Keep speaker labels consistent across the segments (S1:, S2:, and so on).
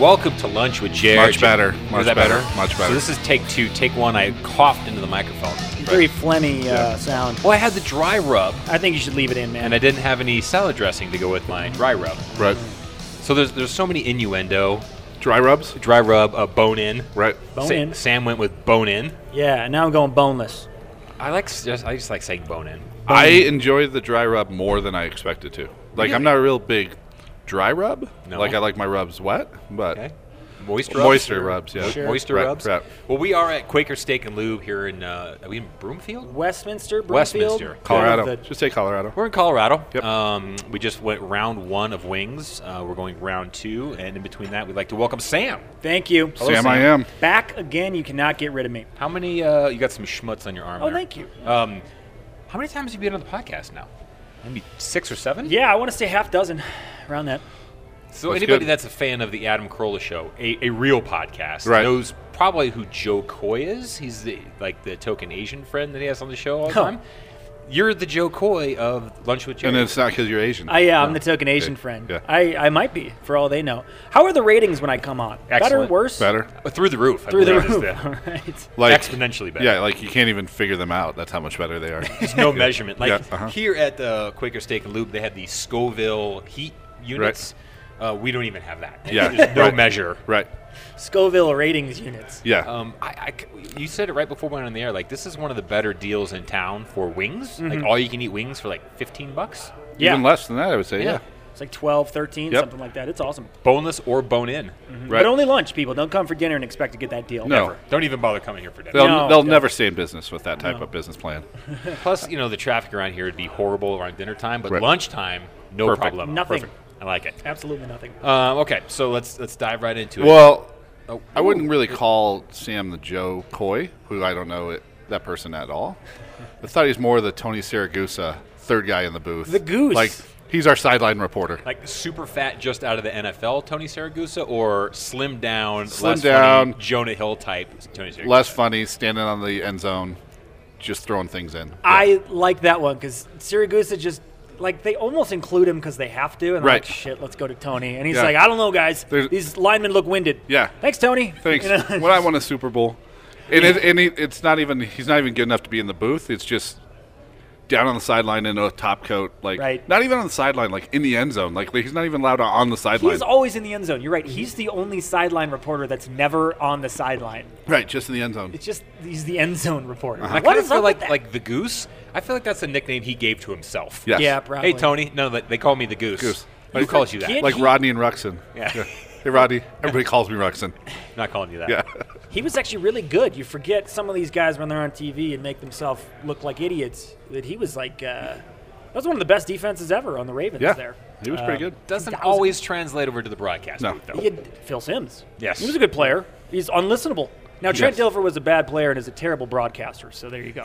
S1: Welcome to lunch with Jared.
S2: Much better.
S1: Was
S2: Much
S1: that better?
S2: better. Much better.
S1: So this is take two. Take one. I coughed into the microphone.
S3: Very phlegmy uh, sound.
S1: Well, I had the dry rub,
S3: I think you should leave it in, man.
S1: and I didn't have any salad dressing to go with my dry rub.
S2: Right.
S1: So there's there's so many innuendo.
S2: Dry rubs.
S1: Dry rub, uh, bone in.
S2: Right.
S3: Bone
S1: Sa-
S3: in.
S1: Sam went with bone in.
S3: Yeah, now I'm going boneless.
S1: I like s- just I just like saying bone in.
S2: I enjoy the dry rub more than I expected to. Like I'm not a real big dry rub.
S1: No.
S2: Like I like my rubs wet, but
S1: Okay. Moist rubs.
S2: moisture rubs. Yeah.
S3: Sure.
S1: Moisture
S2: Right,
S1: rubs.
S2: right.
S1: Well, we are at Quaker Steak and Lube here in uh, are we in Broomfield?
S3: Westminster, Broomfield,
S1: Westminster.
S2: Colorado.
S3: The-
S2: Just say Colorado.
S1: We're in Colorado.
S2: Yep.
S1: Um, we just went round one of wings. Uh, we're going round two, and in between that, we'd like to welcome Sam.
S3: Thank you.
S2: Sam, I am.
S3: Back again. You cannot get rid of me.
S1: How many? Uh, you got some schmutz on your arm.
S3: Oh,
S1: there.
S3: thank you.
S1: Um, how many times have you been on the podcast now? Maybe six or seven.
S3: Yeah, I want to say half dozen, around that.
S1: So
S2: That's
S1: anybody
S2: good.
S1: that's a fan of the Adam Carolla show, a, a real podcast,
S2: Right.
S1: knows probably who Joe Coy is. He's the like the token Asian friend that he has on the show all the
S3: Huh.
S1: time. You're the Joe Coy of Lunch with Joe.
S2: And it's not because you're Asian.
S3: I, yeah, I'm the token Asian
S2: Okay.
S3: friend.
S2: Yeah.
S3: I, I might be, for all they know. How are the ratings when I come on? Better,
S1: Excellent.
S3: worse?
S2: Better.
S1: Uh, through the roof. I
S3: Through the
S1: believe is
S3: roof.
S1: the-
S3: All right.
S2: Like
S1: exponentially better.
S2: Yeah, like you can't even figure them out. That's how much better they are.
S1: There's no measurement. Like
S2: Yeah, uh-huh.
S1: here at the Quaker Steak and Lube, they have the Scoville heat units. Uh, we don't even have that.
S2: Yeah,
S1: There's no
S2: right.
S1: measure.
S2: right.
S3: Scoville ratings units.
S2: Yeah.
S1: Um, I, I c- you said it right before we went on the air. Like this is one of the better deals in town for wings.
S2: Mm-hmm.
S1: Like all you can eat wings for like 15 bucks,
S3: Yeah.
S2: Even less than that, I would say. Yeah.
S3: It's like 12, 13,
S2: Yep.
S3: something like that. It's awesome.
S1: boneless or bone in.
S2: Right.
S3: But only lunch, people. Don't come for dinner and expect to get that deal.
S2: no.
S1: Never. Don't even bother coming here for dinner.
S2: They'll,
S3: No,
S2: they'll
S3: no.
S2: never stay in business with that type of business plan.
S1: Plus, you know the traffic around here would be horrible around dinner time, but
S2: Right.
S1: lunchtime, no
S2: Perfect.
S1: problem.
S3: Nothing.
S1: Perfect. I like it.
S3: Absolutely nothing.
S1: Um, okay, so let's let's dive right into it.
S2: Well, I wouldn't really call Sam the Joe Coy, who I don't know it, that person at all. I thought he's more the Tony Saragusa, third guy in the booth.
S3: The goose.
S2: Like, he's our sideline reporter.
S1: like super fat just out of the NFL Tony Saragusa or slim down,
S2: Slim
S1: less
S2: down.
S1: funny, Jonah Hill type Tony Saragusa.
S2: Less funny, standing on the end zone, just throwing things in.
S3: I like that one because Siragusa just like they almost include him because they have to, and they're
S2: Right.
S3: like shit, let's go to Tony, and he's
S2: Yeah.
S3: like, I don't know, guys,
S2: There's-
S3: these linemen look winded.
S2: Yeah.
S3: thanks, Tony.
S2: Thanks.
S3: You know?
S2: when I won a Super Bowl, and, it, and he, it's not even he's not even good enough to be in the booth. It's just down on the sideline in a top coat, like
S3: Right.
S2: not even on the sideline, like in the end zone. Like, he's not even allowed on the sideline.
S3: he's always in the end zone. You're right. He's the only sideline reporter that's never on the sideline.
S2: right, just in the end zone.
S3: It's just he's the end zone reporter.
S2: Uh-huh.
S1: I
S3: What
S1: kinda
S3: is
S1: feel
S3: up
S1: like
S3: with that?
S1: like the goose. I feel like that's a nickname he gave to himself.
S2: Yes.
S3: yeah, probably.
S1: Hey Tony, no, they, they call me the goose.
S2: Goose.
S1: Who calls you that?
S3: kid?
S2: like
S3: he-
S2: Rodney and Ruxin.
S1: Yeah.
S2: Hey Rodney, everybody calls me Ruxin.
S1: Not calling you that.
S2: Yeah.
S3: He was actually really good. You forget some of these guys when they're on TV and make themselves look like idiots. That he was like, uh, that was one of the best defenses ever on the Ravens.
S2: Yeah.
S3: There, Uh,
S2: He was pretty good.
S1: Doesn't
S3: 10,000.
S1: always translate over to the broadcast
S2: No.
S1: booth,
S3: He
S1: though.
S3: had Phil Sims.
S1: Yes.
S3: He was a good player. He's unlistenable. Now, Trent
S2: Yes.
S3: Dilfer was a bad player and is a terrible broadcaster, so there you go.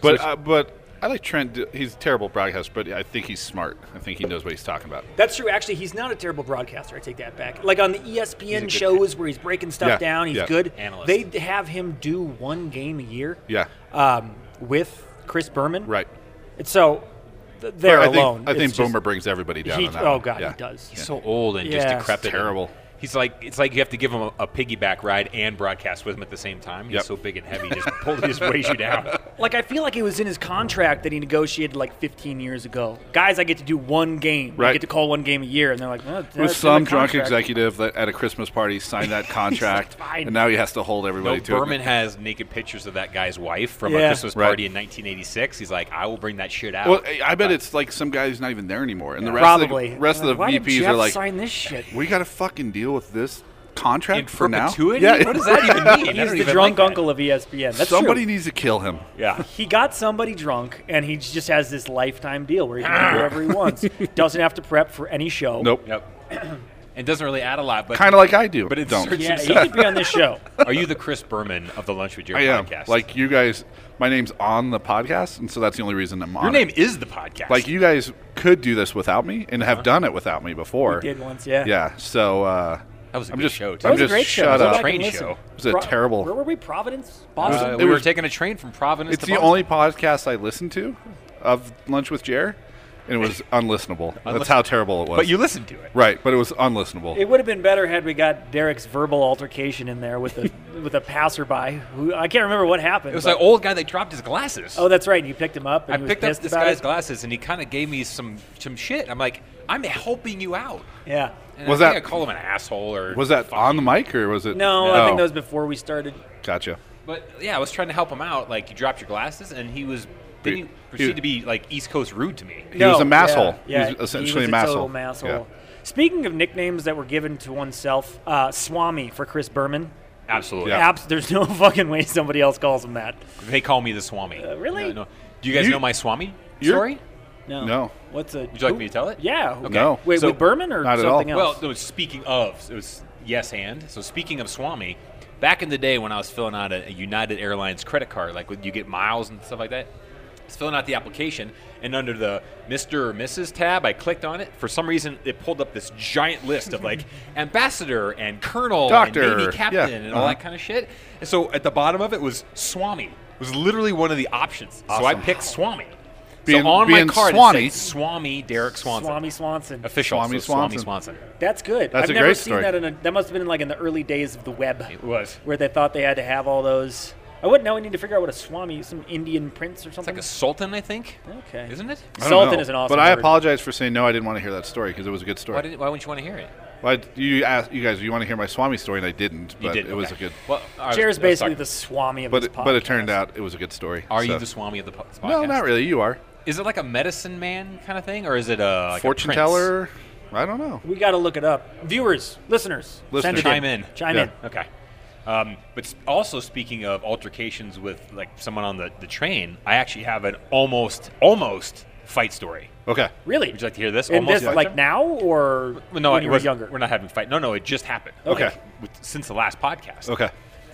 S2: But uh, but I like Trent. D- He's a terrible broadcast, but I think he's smart. I think he knows what he's talking about.
S3: That's true. Actually, he's not a terrible broadcaster. I take that back. Like on the E ESPN
S1: good
S3: shows where he's breaking stuff
S2: Yeah,
S3: down, he's
S2: yeah.
S3: good.
S1: Analyst.
S3: They have him do one game a year
S2: Yeah.
S3: um, with Chris Berman.
S2: Right.
S3: And so th- there
S2: I
S3: alone.
S2: think I think
S3: it's just-
S2: Boomer brings everybody down.
S3: he-
S2: on that
S3: oh,
S2: one.
S3: God, he
S2: Yeah.
S3: does.
S1: He's so old and just
S3: Yeah.
S1: decrepit.
S2: Terrible.
S1: He's like it's like you have to give him a, a piggyback ride and broadcast with him at the same time. He's
S2: Yep.
S1: so big and heavy, he just pulled he just weighs you down.
S3: Like I feel like it was in his contract that he negotiated like 15 years ago. Guys, I get to do one game. I
S2: Right.
S3: get to call one game a year, and they're like, oh, that's in
S2: With
S3: the
S2: some drunk
S3: contract.
S2: executive that at a Christmas party signed that contract,
S3: "Fine."
S2: and now he has to hold everybody
S1: No,
S2: to
S1: Berman
S2: it.
S1: has naked pictures of that guy's wife from a
S3: Yeah.
S1: Christmas
S2: Right.
S1: party in 1986. He's like, I will bring that shit out.
S2: Well, I- I bet it's like some guy who's not even there anymore, and the rest
S3: Probably.
S2: of the, rest of the
S3: Why did
S2: VPs
S3: Jeff
S2: are like,
S3: sign this shit.
S2: "We got to fucking deal with this contract
S1: in
S2: for now."
S1: perpetuity?
S2: Yeah,
S1: What does that even mean? I
S3: He's
S1: don't
S3: the
S1: even
S3: drunk
S1: like that.
S3: uncle of E ESPN. That's
S2: somebody
S3: true.
S2: needs to kill him.
S1: Yeah.
S3: He got somebody drunk, and he just has this lifetime deal where he can do whatever he wants. Doesn't have to prep for any show.
S2: Nope.
S1: Yep. and doesn't really add a lot, but
S2: Kind of like I do,
S1: But it
S2: don't.
S1: certainly-
S3: Yeah, he could be on this show.
S1: Are you the Chris Berman of the Lunch with Jared
S2: I am.
S1: podcast?
S2: Like you guys, my name's on the podcast, and so that's the only reason I'm on.
S1: your
S2: it.
S1: name is the podcast.
S2: Like you guys could do this without me, and
S1: Uh-huh.
S2: have done it without me before.
S3: Did once, yeah.
S2: Yeah. So uh,
S1: That was a
S2: I'm
S1: good
S2: just,
S1: show, too.
S2: I'm
S3: That was a
S2: just
S3: great show.
S2: shut
S3: Go
S2: up.
S3: back
S1: Train
S3: and listen.
S1: show.
S2: It was a terrible-
S3: Where were we? Providence,
S1: Uh,
S3: Boston.
S1: we
S2: it
S1: were
S2: was-
S1: taking a train from Providence.
S2: It's
S1: to
S2: the
S1: Boston.
S2: only podcast I listen to of Lunch with Jer. and it was unlistenable. That's how terrible it was.
S1: But you listened to it.
S2: right, but it was unlistenable.
S3: It would have been better had we got Derek's verbal altercation in there with a with a passerby who I can't remember what happened.
S1: It was
S3: but-
S1: that old guy that dropped his glasses.
S3: oh, that's right. And you picked him up. And
S1: I
S3: he was
S1: picked up
S3: pissed
S1: this
S3: about
S1: guy's
S3: it.
S1: glasses and he kind of gave me some some shit. I'm like, I'm helping you out.
S3: Yeah.
S1: And
S2: Was
S1: I think
S2: that-
S1: I call him an asshole or
S2: was that
S1: fuck
S2: on
S1: you.
S2: the mic or was it?
S3: No, I think
S2: Oh,
S3: that was before we started.
S2: Gotcha.
S1: But yeah, I was trying to help him out. Like you dropped your glasses and he was then he
S2: Dude,
S1: proceeded
S2: dude.
S1: to be like East Coast rude to me.
S2: He was a
S3: No,
S2: masshole.
S3: Yeah, yeah,
S2: he was essentially
S3: he
S2: a
S3: was
S2: masshole.
S3: total masshole. Speaking of nicknames that were given to oneself, uh, Swami for Chris Berman.
S1: Absolutely.
S2: Yeah.
S3: Abs- there's no fucking way somebody else calls him that.
S1: They call me the Swami.
S3: really?
S1: No, no. Do you guys
S2: You-
S1: know my Swami
S2: you're-
S1: story?
S3: No.
S2: No.
S3: What's a?
S1: Would you like me to tell it?
S3: Yeah. who-
S1: Okay.
S2: No.
S3: Wait,
S1: So-
S3: with Berman or
S2: Not at all.
S3: something
S1: Well,
S3: else?
S1: no, speaking of, it was yes and. So speaking of Swami, back in the day when I was filling out a, a United Airlines credit card, like when you get miles and stuff like that, I was filling out the application, and under the Mr. or Mrs. tab, I clicked on it. For some reason, it pulled up this giant list of like ambassador and colonel
S2: Doctor,
S1: and
S2: yeah,
S1: navy captain and all
S2: uh-huh.
S1: that kind of shit. And so at the bottom of it was Swami. It was literally one of the options. So I
S2: Awesome.
S1: picked Swami.
S2: Being-
S1: so on my
S2: being
S1: card
S2: Swanee.
S1: it said Swami Derek Swanson.
S3: Swami Swanson.
S1: Official
S2: Swami
S1: so Swami
S2: Swanson.
S1: Swanson.
S3: That's good.
S2: That's
S3: I've
S2: a
S3: never
S2: great
S3: seen
S2: story.
S3: that in a. That must have been like in the early days of the web,
S1: It was.
S3: where they thought they had to have all those. I wouldn't know. We need to figure out what a Swami, some Indian prince or
S1: It's
S3: something.
S1: like a sultan, I think.
S3: okay.
S1: Isn't it?
S2: I don't
S3: Sultan
S2: know.
S3: is an awesome.
S2: But I
S3: word.
S2: apologize for saying no. I didn't want to hear that story because it was a good
S1: Why,
S2: story.
S1: didn't, why wouldn't you want to hear it?
S2: Why d- you asked you guys? You want to hear my Swami story? And I didn't. But
S1: you did.
S2: it was a
S1: okay.
S2: good.
S1: Well, I was-
S3: Chair's
S1: I was
S3: basically
S1: talking-
S3: the Swami of
S2: But
S3: this
S2: it,
S3: podcast.
S2: but it turned out it was a good story.
S1: Are
S2: so-
S1: you the Swami of the po- this podcast?
S2: No, not really. You are
S1: Is it like a medicine man kind of thing, or is it a like a
S2: fortune
S1: prince?
S2: teller. I don't know.
S3: We got to look it up. Viewers, listeners, send
S2: Listeners.
S3: it
S1: Chime in.
S3: Chime
S2: Yeah.
S3: in.
S1: Okay. Um, but s- also speaking of altercations with like someone on the, the train, I actually have an almost almost fight story.
S2: Okay.
S3: Really?
S1: Would you like to hear this?
S3: in
S1: almost
S3: this,
S1: fight
S3: like
S1: story?
S3: now or
S1: Well, no,
S3: when
S1: it
S3: you were
S1: was-
S3: younger?
S1: We're not having fight. No, no, it just happened.
S3: Okay.
S1: Like, with, since the last podcast.
S2: Okay.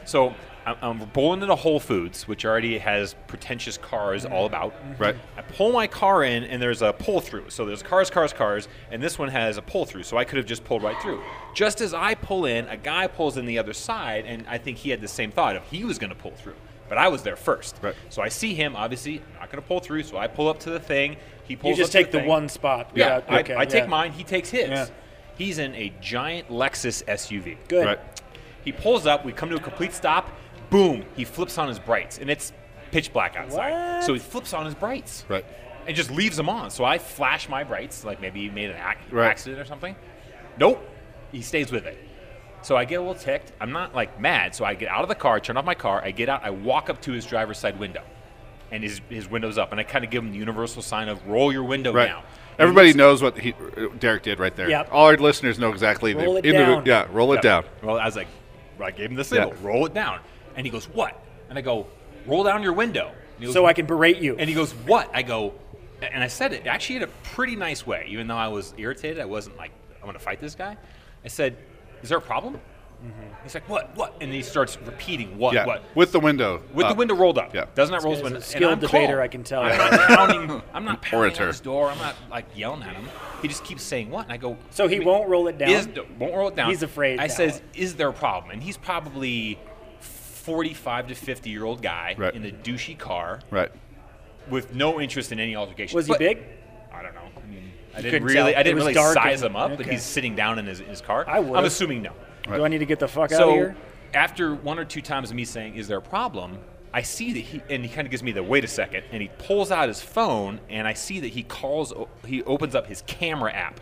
S1: So I'm, I'm pulling into Whole Foods, which already has pretentious cars all about.
S3: Mm-hmm.
S2: Right.
S1: I pull my car in, and there's a pull through. So there's cars, cars, cars, and this one has a pull through. So I could have just pulled right through. Just as I pull in, a guy pulls in the other side, and I think he had the same thought of he was going to pull through, but I was there first.
S2: Right.
S1: So I see him. Obviously, I'm not going to pull through. So I pull up to the thing. He
S3: You
S1: pulls.
S3: just
S1: up to
S3: take the
S1: thing.
S3: one spot.
S1: Yeah,
S3: without-
S1: I,
S3: okay,
S1: I take
S3: yeah.
S1: mine. He takes his.
S3: Yeah.
S1: He's in a giant Lexus SUV.
S3: Good.
S2: Right.
S1: He pulls up. We come to a complete stop. Boom! He flips on his brights, and it's pitch black outside.
S3: What?
S1: So he flips on his brights
S2: Right.
S1: and just leaves them on. So I flash my brights, like maybe he made an ac-
S2: Right.
S1: accident or something. Nope, he stays with it. So I get a little ticked. I'm not like mad. So I get out of the car, turn off my car. I get out. I walk up to his driver's side window, and his his window's up. And I kind of give him the universal sign of roll your window
S2: Right.
S1: down. And
S2: Everybody
S1: he looks-
S2: knows what he, Derek did right there.
S3: Yep.
S2: All our listeners know exactly. the
S3: Roll it
S2: individual-
S3: down.
S2: Yeah, roll it
S1: Yeah.
S2: down.
S1: Well, I was like, I gave him the signal.
S2: Yeah.
S1: Roll it down. And he goes, what? And I go, roll down your window. And he goes,
S3: So I can berate you.
S1: And he goes, "What?" I go, and I said it actually in a pretty nice way, even though I was irritated. I wasn't like, "I'm going to fight this guy." I said, "Is there a problem?" He's like, "What? What?" And he starts repeating, "What?
S2: Mm-hmm. Yeah,
S1: What?"
S2: with the window.
S1: With the
S2: up.
S1: window rolled up.
S2: Yeah.
S1: Doesn't that roll?
S3: As
S1: his
S3: a
S1: window?
S3: skilled
S1: And I'm
S3: debater,
S1: calm.
S3: I can tell.
S1: I'm not pounding. I'm not pounding
S2: Orator.
S1: on his door. I'm not like yelling at him. He just keeps saying what, and I go.
S3: So he
S1: I mean,
S3: won't roll it down?
S1: Is, won't roll it down.
S3: He's afraid
S1: I
S3: now.
S1: says, "Is there a problem?" And he's probably forty-five to fifty-year-old guy
S2: Right.
S1: in a douchey car
S2: Right.
S1: with no interest in any altercation.
S3: Was he
S1: But-
S3: big?
S1: I don't know. I mean, I
S3: couldn't
S1: didn't really,
S3: tell.
S1: I didn't
S3: It was
S1: really
S3: dark
S1: size
S3: and-
S1: him up, but
S3: okay.
S1: he's sitting down in his, in his car.
S3: I would've.
S1: I'm assuming no.
S3: Do I need to get the fuck out of
S1: So
S3: here?
S1: after one or two times of me saying, "Is there a problem?" I see that he, and he kind of gives me the wait a second, and he pulls out his phone, and I see that he calls, o- he opens up his camera app.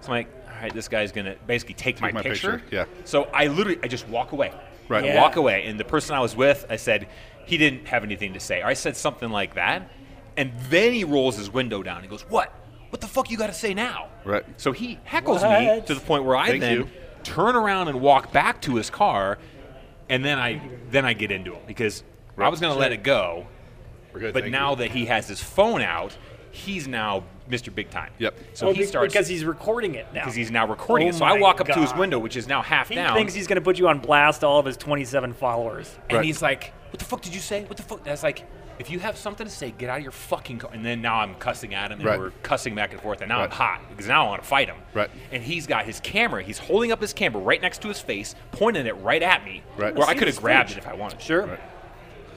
S1: So I'm like, all right, this guy's gonna basically take, my,
S2: my
S1: picture.
S2: picture, yeah.
S1: So I literally, I just walk away.
S2: Right.
S1: I
S3: Yeah.
S1: walk away, and the person I was with, I said, he didn't have anything to say. Or I said something like that, and then he rolls his window down. and goes, "What? What the fuck you got to say now?"
S2: Right.
S1: So he heckles me
S3: What?
S1: to the point where I
S2: Thank
S1: then
S2: you.
S1: turn around and walk back to his car, and then I then I get into him because I was going to let it go,
S2: We're good.
S1: but
S2: thank
S1: now
S2: you.
S1: that he has his phone out, he's now Mr. Big Time.
S2: Yep.
S1: So
S3: Well,
S1: he
S3: Oh, be-
S1: starts
S3: because he's recording it now.
S1: because he's now recording
S3: Oh
S1: it. So I
S3: my
S1: walk up to his
S3: God.
S1: window, which is now half
S3: he
S1: down,
S3: thinks he's going to put you on blast to all of his 27 followers.
S1: and
S2: Right.
S1: he's like, "What the fuck did you say? What the fuck?" That's like. If you have something to say, get out of your fucking car. And then now I'm cussing at him, and
S2: Right.
S1: we're cussing back and forth. And now I'm
S2: Right.
S1: hot because now I want to fight him.
S2: Right.
S1: And he's got his camera. He's holding up his camera right next to his face, pointing it right at me,
S2: Right.
S1: where I
S3: See
S1: could have
S3: the
S1: grabbed it
S3: footage.
S1: if I wanted.
S3: Sure.
S2: Right.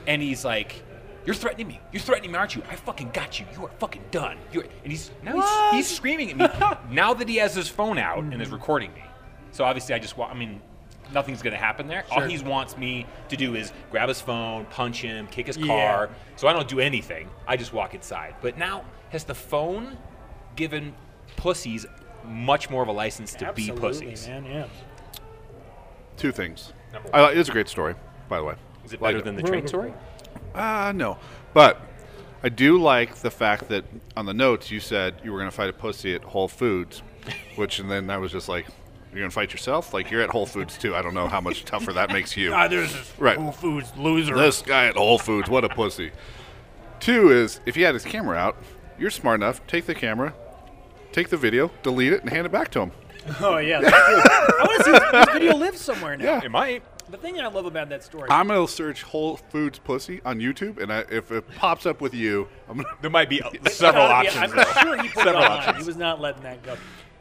S1: and he's like, You're threatening me. You're threatening me, aren't you? I fucking got you. You are fucking done. You're, and he's now
S3: What? Mm-hmm.
S1: he's, he's screaming at me now that he has his phone out and is recording me. So obviously, I just wa- I mean, nothing's gonna happen there. All
S3: Sure.
S1: he wants me to do is grab his phone, punch him, kick his
S3: Yeah.
S1: car. So I don't do anything. I just walk inside. But now has the phone given pussies much more of a license to be
S3: Absolutely,
S1: pussies?
S3: man. Yeah.
S2: Two things.
S1: Number
S2: I, it's a great story, by the way.
S1: Is it
S2: Like
S1: better than the train story?
S2: Uh, no. But I do like the fact that on the notes you said you were going to fight a pussy at Whole Foods, which, and then I was just like, you're going to fight yourself? Like, you're at Whole Foods too. I don't know how much tougher that makes you.
S3: there's this
S2: Right.
S3: Whole Foods loser.
S2: This guy at Whole Foods, what a pussy. Two is if he had his camera out, you're smart enough. Take the camera, take the video, delete it, and hand it back to him.
S3: Oh yeah. that's true. I want to see this, this video live somewhere now.
S2: Yeah.
S1: It might.
S3: The thing that I love about that story.
S2: I'm gonna search Whole Foods pussy on YouTube, and I, if it pops up with you, I'm gonna.
S1: There might be uh, several
S3: gotta be-
S1: options. though.
S3: I'm sure he put it
S1: Several
S3: online.
S1: options.
S3: He was not letting that go.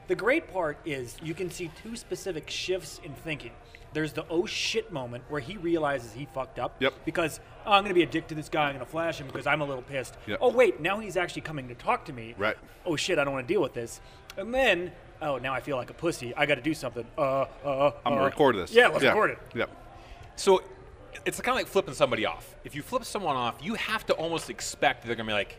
S3: The great part is you can see two specific shifts in thinking. There's the oh shit moment where he realizes he fucked up.
S2: Yep.
S3: Because oh, I'm going to be a dick to this guy. I'm going to flash him because I'm a little pissed.
S2: Yep.
S3: Oh wait, now he's actually coming to talk to me.
S2: Right.
S3: Oh shit, I don't want to deal with this. And then oh now I feel like a pussy. I got to do something. Uh uh.
S2: I'm
S3: uh.
S2: gonna record this.
S3: Yeah, let's record it.
S2: Yep.
S1: So it's kind of like flipping somebody off. If you flip someone off, you have to almost expect they're going to be like,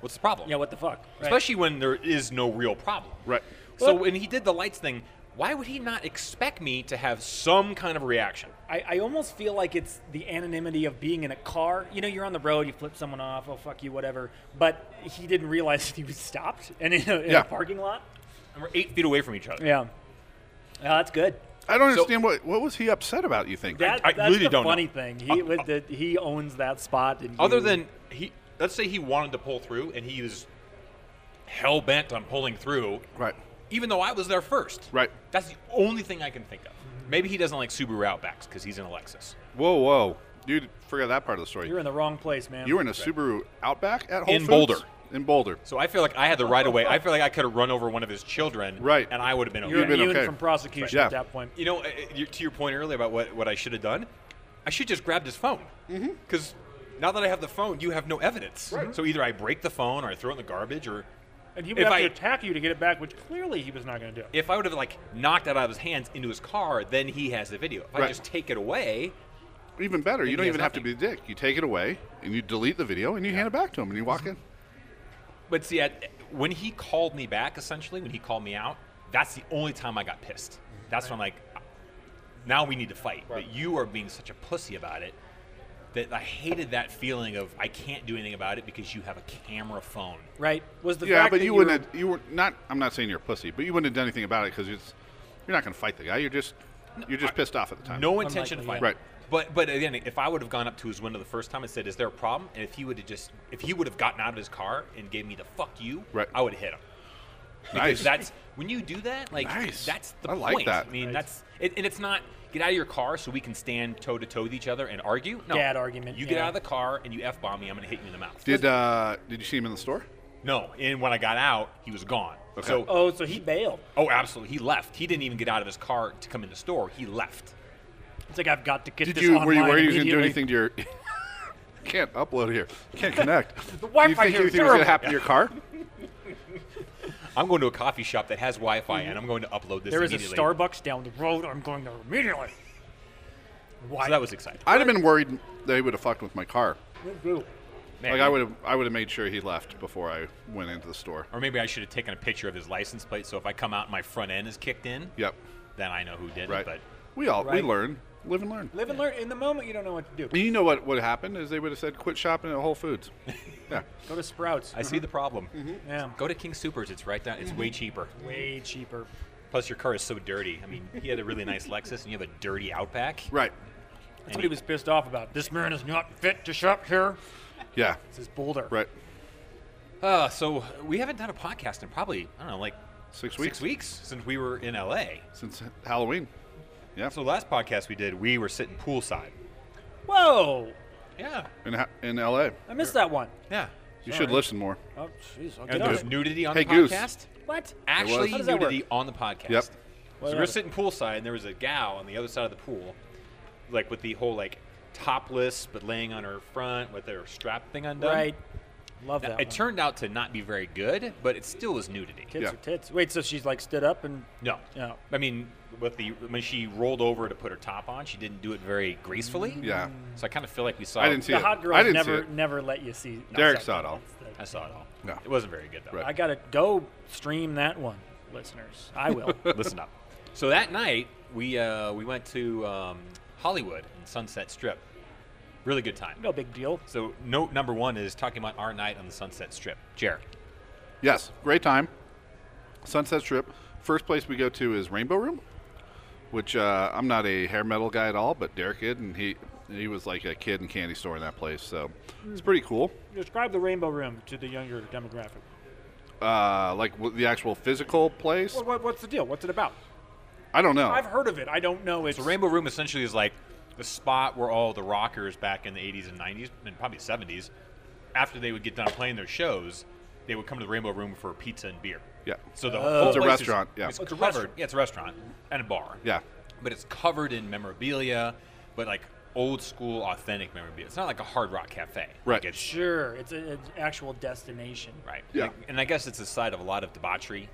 S1: what's the problem?
S3: Yeah. What the fuck? Right.
S1: Especially when there is no real problem.
S2: Right.
S1: So
S3: Well-
S1: when he did the lights thing, why would he not expect me to have some kind of reaction?
S3: I, I almost feel like it's the anonymity of being in a car. You know, you're on the road, you flip someone off, oh fuck you, whatever. But he didn't realize he was stopped and in a, in
S2: Yeah.
S3: a parking lot.
S1: And we're eight feet away from each other.
S3: Yeah, Uh, that's good.
S2: I don't understand what what was he upset about? You think?
S3: That,
S1: I
S3: that's
S1: really
S3: the
S1: don't know.
S3: funny thing. He
S2: Uh,
S3: with the, he owns that spot. And
S1: Other
S3: you-
S1: than he, let's say he wanted to pull through and he was hell bent on pulling through,
S2: Right.
S1: even though I was there first.
S2: Right.
S1: That's the only thing I can think of. Maybe he doesn't like Subaru Outbacks because he's in a Lexus.
S2: Whoa, whoa, dude! Forgot that part of the story.
S3: you're in the wrong place, man.
S2: You were in a Subaru Outback at Whole
S1: In
S2: Foods?
S1: Boulder.
S2: In Boulder.
S1: So I feel like I had the right of way. I feel like I could have run over one of his children,
S2: Right.
S1: And I would have been okay.
S3: you're
S2: You've been
S3: immune
S2: okay.
S3: from prosecution
S2: Right.
S3: at
S2: Yeah.
S3: that point.
S1: You know, uh, you- to your point earlier about what, what I should have done, I should just grabbed his phone.
S2: Mm-hmm.
S1: Because now that I have the phone, you have no evidence. Right. So either I break the phone or I throw it in the garbage, or
S3: And he would
S1: If
S3: have
S1: I-
S3: to attack you to get it back, which clearly he was not going to do.
S1: if I would have like knocked it out of his hands into his car, then he has the video. If I
S2: Right.
S1: just take it away,
S2: Even better, you
S1: And
S2: don't
S1: he
S2: even
S1: has
S2: have to be a dick. You take it away and you delete the video and you hand it back to him and you walk in.
S1: but see, I, when he called me back, essentially when he called me out, that's the only time I got pissed. That's when like, now we need to fight. But you are being such a pussy about it. That I hated that feeling of I can't do anything about it because you have a camera phone.
S3: Right? Was the
S2: yeah,
S3: fact
S2: but
S3: that
S2: you
S3: were-
S2: wouldn't. Have, you were not. I'm not saying you're a pussy, but you wouldn't have done anything about it because it's. You're not going to fight the guy. You're just. You're just pissed off at the time.
S1: No intention to
S3: Unlikely,
S1: fight.
S2: yeah.
S1: him.
S2: Right.
S1: But but again, if I would have gone up to his window the first time and said, "Is there a problem?" and if he would have just if he would have gotten out of his car and gave me the "fuck you,"
S2: Right.
S1: I would have hit him.
S2: Nice.
S1: Because that's when you do that. Like
S2: Nice.
S1: that's the
S2: I
S1: point.
S2: like that.
S1: I mean,
S3: Nice.
S1: that's it, and it's not get out of your car so we can stand toe to toe with each other and argue. No
S3: Dad argument,
S1: You get
S3: yeah.
S1: out of the car and you f bomb me. I'm gonna hit you in the mouth.
S2: Did uh, Did you see him in the store?
S1: No. And when I got out, he was gone.
S2: Okay.
S1: So
S3: Oh, so he bailed.
S1: oh, absolutely, he left. He didn't even get out of his car to come in the store. He left.
S3: It's like I've got to get
S2: Did
S3: this
S2: you? Were you
S3: online
S2: worried he was going to do
S3: immediately.
S2: anything to your? can't upload here. Can't connect. the
S3: Wi-Fi
S2: you think
S3: here is
S2: anything was going to
S3: terrible.
S2: happen to your car?
S1: I'm going to a coffee shop that has Wi-Fi,
S2: Mm-hmm.
S1: and I'm going to upload this.
S3: There is a
S1: immediately.
S3: Starbucks down the road. I'm going there immediately. Why?
S1: So that was exciting.
S2: I'd have been worried they would have fucked with my car.
S1: Man,
S2: Like I would have. I would have made sure he left before I went into the store.
S1: Or maybe I should have taken a picture of his license plate. So if I come out, and my front end is kicked in.
S2: Yep.
S1: Then I know who did
S2: Right.
S1: it. But
S2: we all
S3: Right.
S2: we learn, live and learn.
S3: Live and learn. In the moment, you don't know what to do.
S2: And you know what would happen is they would have said, "Quit shopping at Whole Foods." yeah.
S3: Go to Sprouts.
S1: I see
S2: Mm-hmm.
S1: the problem.
S3: Yeah.
S1: Go to King Supers. It's right down. It's way cheaper.
S3: Way cheaper.
S1: Plus your car is so dirty. I mean, he had a really nice Lexus, and you have a dirty Outback.
S2: Right.
S3: That's what he was pissed off about. This man is not fit to shop here.
S2: Yeah.
S3: This is Boulder.
S2: Right.
S1: Uh, so we haven't done a podcast in probably I don't know, like
S2: Six
S1: six
S2: weeks
S1: weeks since we were in LA.
S2: since Halloween. Yeah.
S1: So last podcast we did, we were sitting poolside.
S3: Whoa!
S1: Yeah.
S2: in ha- in LA,
S3: I missed that one.
S1: Yeah.
S2: you should listen more.
S3: Oh, jeez. I'll
S1: And
S3: get
S1: there
S3: on
S1: was
S3: it.
S1: nudity on
S2: Hey,
S1: the
S2: Goose.
S1: podcast.
S3: What?
S1: actually
S2: How
S3: does that
S1: nudity on the podcast.
S2: Yep.
S1: So we
S3: Whatever.
S1: were sitting poolside, and there was a gal on the other side of the pool, like with the whole like topless but laying on her front with her strap thing undone.
S4: Right. Love
S1: Now,
S4: that.
S1: it
S4: one.
S1: turned out to not be very good, but it still was nudity.
S4: tits
S2: Yeah.
S4: or tits. Wait, so she's like stood up and
S1: No.
S4: No.
S1: I mean, with the when she rolled over to put her top on, she didn't do it very gracefully.
S2: Yeah.
S1: So I kind of feel like we saw.
S2: I didn't see
S4: the
S2: it.
S4: hot
S2: I
S4: girls
S2: didn't
S4: never
S2: see it.
S4: never let you see. no,
S2: Derek
S4: sorry.
S2: saw it all.
S1: I saw it all.
S2: No.
S1: It wasn't very good though.
S2: Right.
S4: I gotta go stream that one, listeners. I will.
S1: Listen up. So that night we uh, we went to um, Hollywood and Sunset Strip. Really good time.
S4: no big deal.
S1: So note number one is talking about our night on the Sunset Strip. Jared.
S2: Yes, great time. Sunset Strip. First place we go to is Rainbow Room, which uh, I'm not a hair metal guy at all, but Derek is, and he he was like a kid in candy store in that place, so it's pretty cool.
S4: Describe the Rainbow Room to the younger demographic.
S2: Uh, like w- the actual physical place,
S4: What, what, what's the deal? What's it about?
S2: I don't know.
S4: I've heard of it. I don't know. It's
S1: So Rainbow Room essentially is like the spot where all the rockers back in the 80s and 90s and probably 70s, after they would get done playing their shows, they would come to the Rainbow Room for pizza and beer.
S2: yeah,
S1: So the whole
S2: It's a
S1: place is-
S2: restaurant, yeah.
S1: It's,
S2: Oh,
S4: it's a
S1: covered.
S4: restaurant.
S1: Yeah, it's a restaurant and a bar.
S2: yeah,
S1: But it's covered in memorabilia, but like old school authentic memorabilia. It's not like a hard rock cafe.
S2: Right.
S1: Like it's
S4: sure. It's a- an actual destination.
S1: right.
S2: Yeah.
S1: Like- and I guess it's the site of a lot of debauchery.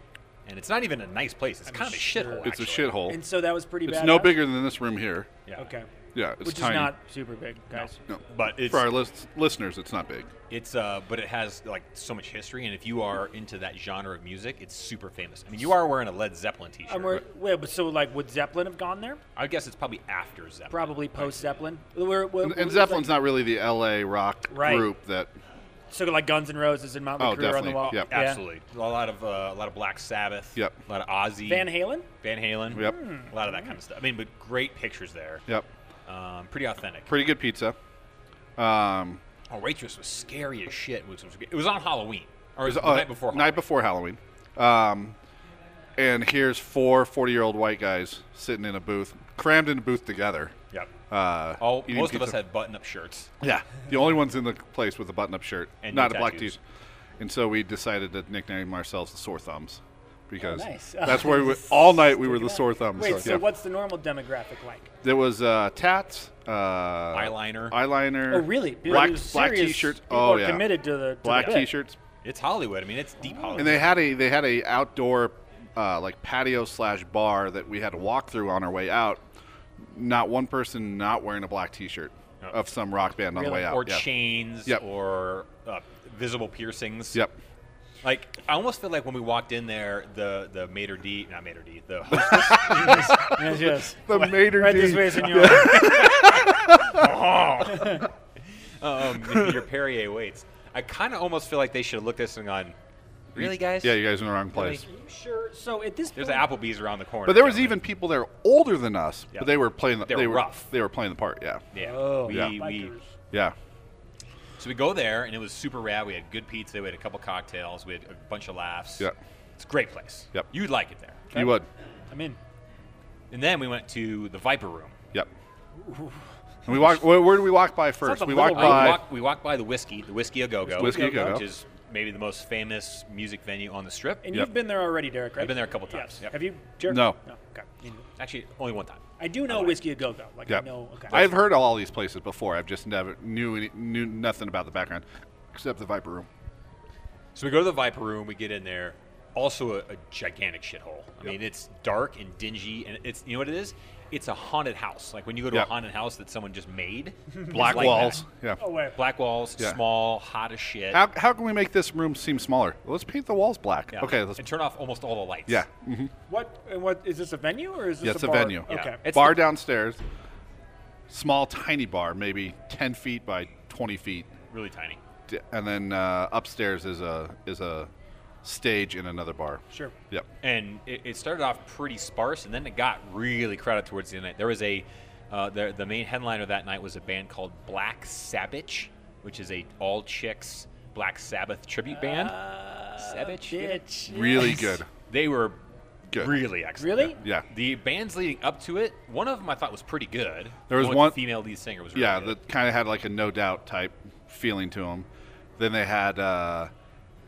S1: And it's not even a nice place. It's
S4: I'm
S1: kind of a
S4: sure.
S1: shithole.
S2: it's a
S1: actually.
S2: shithole.
S4: And
S2: It's
S4: so that was pretty bad.
S2: no bigger than this room here.
S1: Yeah.
S4: Okay.
S2: Yeah, it's
S4: Which
S2: tiny.
S4: is not super big, guys. Um,
S2: no.
S1: But it's
S2: For our list- listeners, it's not big.
S1: It's uh, but it has like so much history, and if you are into that genre of music, it's super famous. I mean, you are wearing a Led Zeppelin T-shirt.
S4: Um, we're, wait, but so like, would Zeppelin have gone there?
S1: I guess it's probably after Zeppelin.
S4: Probably post Zeppelin. We're- we're-
S2: And,
S4: it
S2: and
S4: was
S2: Zeppelin's not really the L.A. rock
S4: Right.
S2: group that.
S4: like, so like Guns N' Roses and Motley
S2: Oh,
S4: Crue are on the
S2: definitely.
S4: wall.
S2: Yep.
S4: Yeah.
S1: absolutely. A lot of uh, a lot of Black Sabbath.
S2: Yep.
S1: A lot of Ozzy.
S4: Van Halen.
S1: Van Halen.
S2: Yep.
S1: A lot of that kind of stuff. I mean, but great pictures there.
S2: Yep,
S1: Um, pretty authentic.
S2: pretty good pizza. Um,
S1: Our waitress was scary as shit. which was- It was on Halloween, or it was
S2: It was,
S1: the
S2: uh,
S1: night before. Halloween.
S2: Night before Halloween. Um, and here's four 40 year old white guys sitting in a booth, crammed in a booth together.
S1: Yep.
S2: Uh,
S1: All,
S2: eating
S1: most of us
S2: pizza.
S1: had button-up shirts.
S2: Yeah. The only ones in the place with a button up shirt,
S1: And
S2: not
S1: no
S2: a black t
S1: tattoos.
S2: shirt. And so we decided to nickname ourselves the Sore Thumbs because
S4: Oh, nice.
S2: that's where we went. All night we were the Sore Thumbs.
S4: Wait, so
S2: yeah.
S4: what's the normal demographic like?
S2: There was uh, tats, uh, eyeliner.
S1: Eyeliner.
S4: Oh, really? People-
S2: Black,
S4: serious
S2: black t shirts.
S4: People
S2: Oh,
S4: are
S2: yeah.
S4: committed to the to
S2: black
S4: the
S2: t
S4: bit.
S2: shirts.
S1: It's Hollywood. I mean, it's deep Hollywood.
S2: And they had a they had a outdoor uh, like patio slash bar that we had to walk through on our way out. Not one person not wearing a black T-shirt
S1: Oh.
S2: of some rock band on the
S4: Really?
S2: way out.
S1: or
S2: yeah.
S1: chains
S2: Yep.
S1: or uh, visible piercings.
S2: Yep.
S1: Like I almost feel like when we walked in there, the the maitre d not maitre d the hostess.
S4: yes, yes.
S2: The Mater
S4: Right this way, senor.
S1: um, your Perrier waits. I kind of almost feel like they should have looked this thing on. Really, guys?
S2: Yeah, you guys are in the wrong place.
S4: Are you sure? So at this
S1: There's
S4: point,
S1: an Applebee's around the corner.
S2: Oh. But there was even
S1: gentlemen.
S2: people there older than us,
S1: Yeah.
S2: but they were playing. The,
S1: They were rough.
S2: They were playing the part. Yeah.
S1: yeah.
S4: Oh,
S1: we,
S2: Yeah.
S1: we,
S4: bikers.
S2: Yeah.
S1: so we go there and it was super rad. We had good pizza. We had a couple cocktails. We had a bunch of laughs.
S2: Yeah.
S1: It's a great place.
S2: Yep.
S1: You'd like it there.
S2: You would.
S4: I'm in.
S1: And then we went to the Viper Room.
S2: Yep. And we walked. Where, where did we walk by
S4: Sounds
S2: first?
S4: a
S2: We
S4: little
S2: walked
S1: Uh,
S2: by.
S1: we, walked, we walked by the whiskey, the whiskey a go go,
S2: Whiskey A Go Go.
S1: which is maybe the most famous music venue on the strip.
S4: And
S2: Yep.
S4: you've been there already, Derek, right?
S1: been there a couple
S4: Yes.
S1: times, yep.
S4: Have you, Derek?
S2: No.
S4: No. Okay.
S1: Actually, only one time.
S4: I do know Whiskey a Go Go. Like,
S2: Yeah.
S4: I know. Okay.
S2: I've heard all these places before. I've just never knew any, knew nothing about the background except the Viper Room.
S1: So we go to the Viper Room. We get in there. Also, a, a gigantic shithole. I mean, it's dark and dingy, and it's you know what it is. It's a haunted house. Like when you go to
S2: Yep.
S1: a haunted house that someone just made. it's
S2: Black
S1: like
S2: walls.
S1: that.
S2: Yeah.
S4: Oh, wait.
S1: Black walls,
S2: Yeah.
S1: small, hot as shit.
S2: How, how can we make this room seem smaller? Well, let's paint the walls black.
S1: Yeah.
S2: Okay, let's.
S1: and turn off almost all the lights.
S2: Yeah. mhm.
S4: What, and what, is this a venue or is this
S2: Yeah, it's
S4: a
S2: a
S4: bar?
S2: venue.
S4: Okay.
S1: Yeah. It's
S2: bar
S1: the-
S2: downstairs, small, tiny bar, maybe 10 feet by 20 feet.
S1: really tiny.
S2: D- And then uh, upstairs is a is a stage in another bar.
S4: Sure.
S2: Yep.
S1: and it, it started off pretty sparse, and then it got really crowded towards the end. of the night. There was a uh, the the main headliner that night was a band called Black Sabbath, which is a all chicks Black Sabbath tribute band. Savage.
S4: Uh, Bitch.
S2: Really
S4: yes.
S2: good.
S1: They were
S2: Good.
S1: really excellent.
S4: Really?
S2: Yeah.
S1: The bands leading up to it, one of them I thought was pretty good.
S2: There was
S1: with
S2: one-
S1: the female lead singer was really
S2: Yeah,
S1: good.
S2: that kind of had like a no doubt type feeling to them. Then they had uh,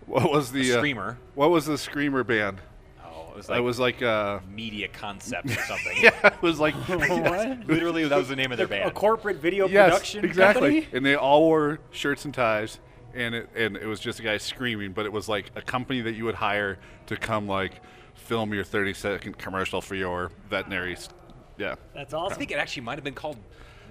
S2: what was the
S1: The
S2: uh,
S1: Screamer.
S2: what was the screamer band?
S1: oh, It was
S2: It
S1: like
S2: was like uh,
S1: media concept or something.
S2: yeah, it was like
S4: Oh,
S1: Literally, that was the name of their
S3: A
S1: band.
S3: corporate video
S2: yes,
S3: production
S2: exactly.
S3: company.
S2: And they all wore shirts and ties, and it and it was just a guy screaming, but it was like a company that you would hire to come like film your thirty second commercial for your veterinary. s- Yeah,
S3: That's
S1: I
S3: awesome.
S1: think it actually might have been called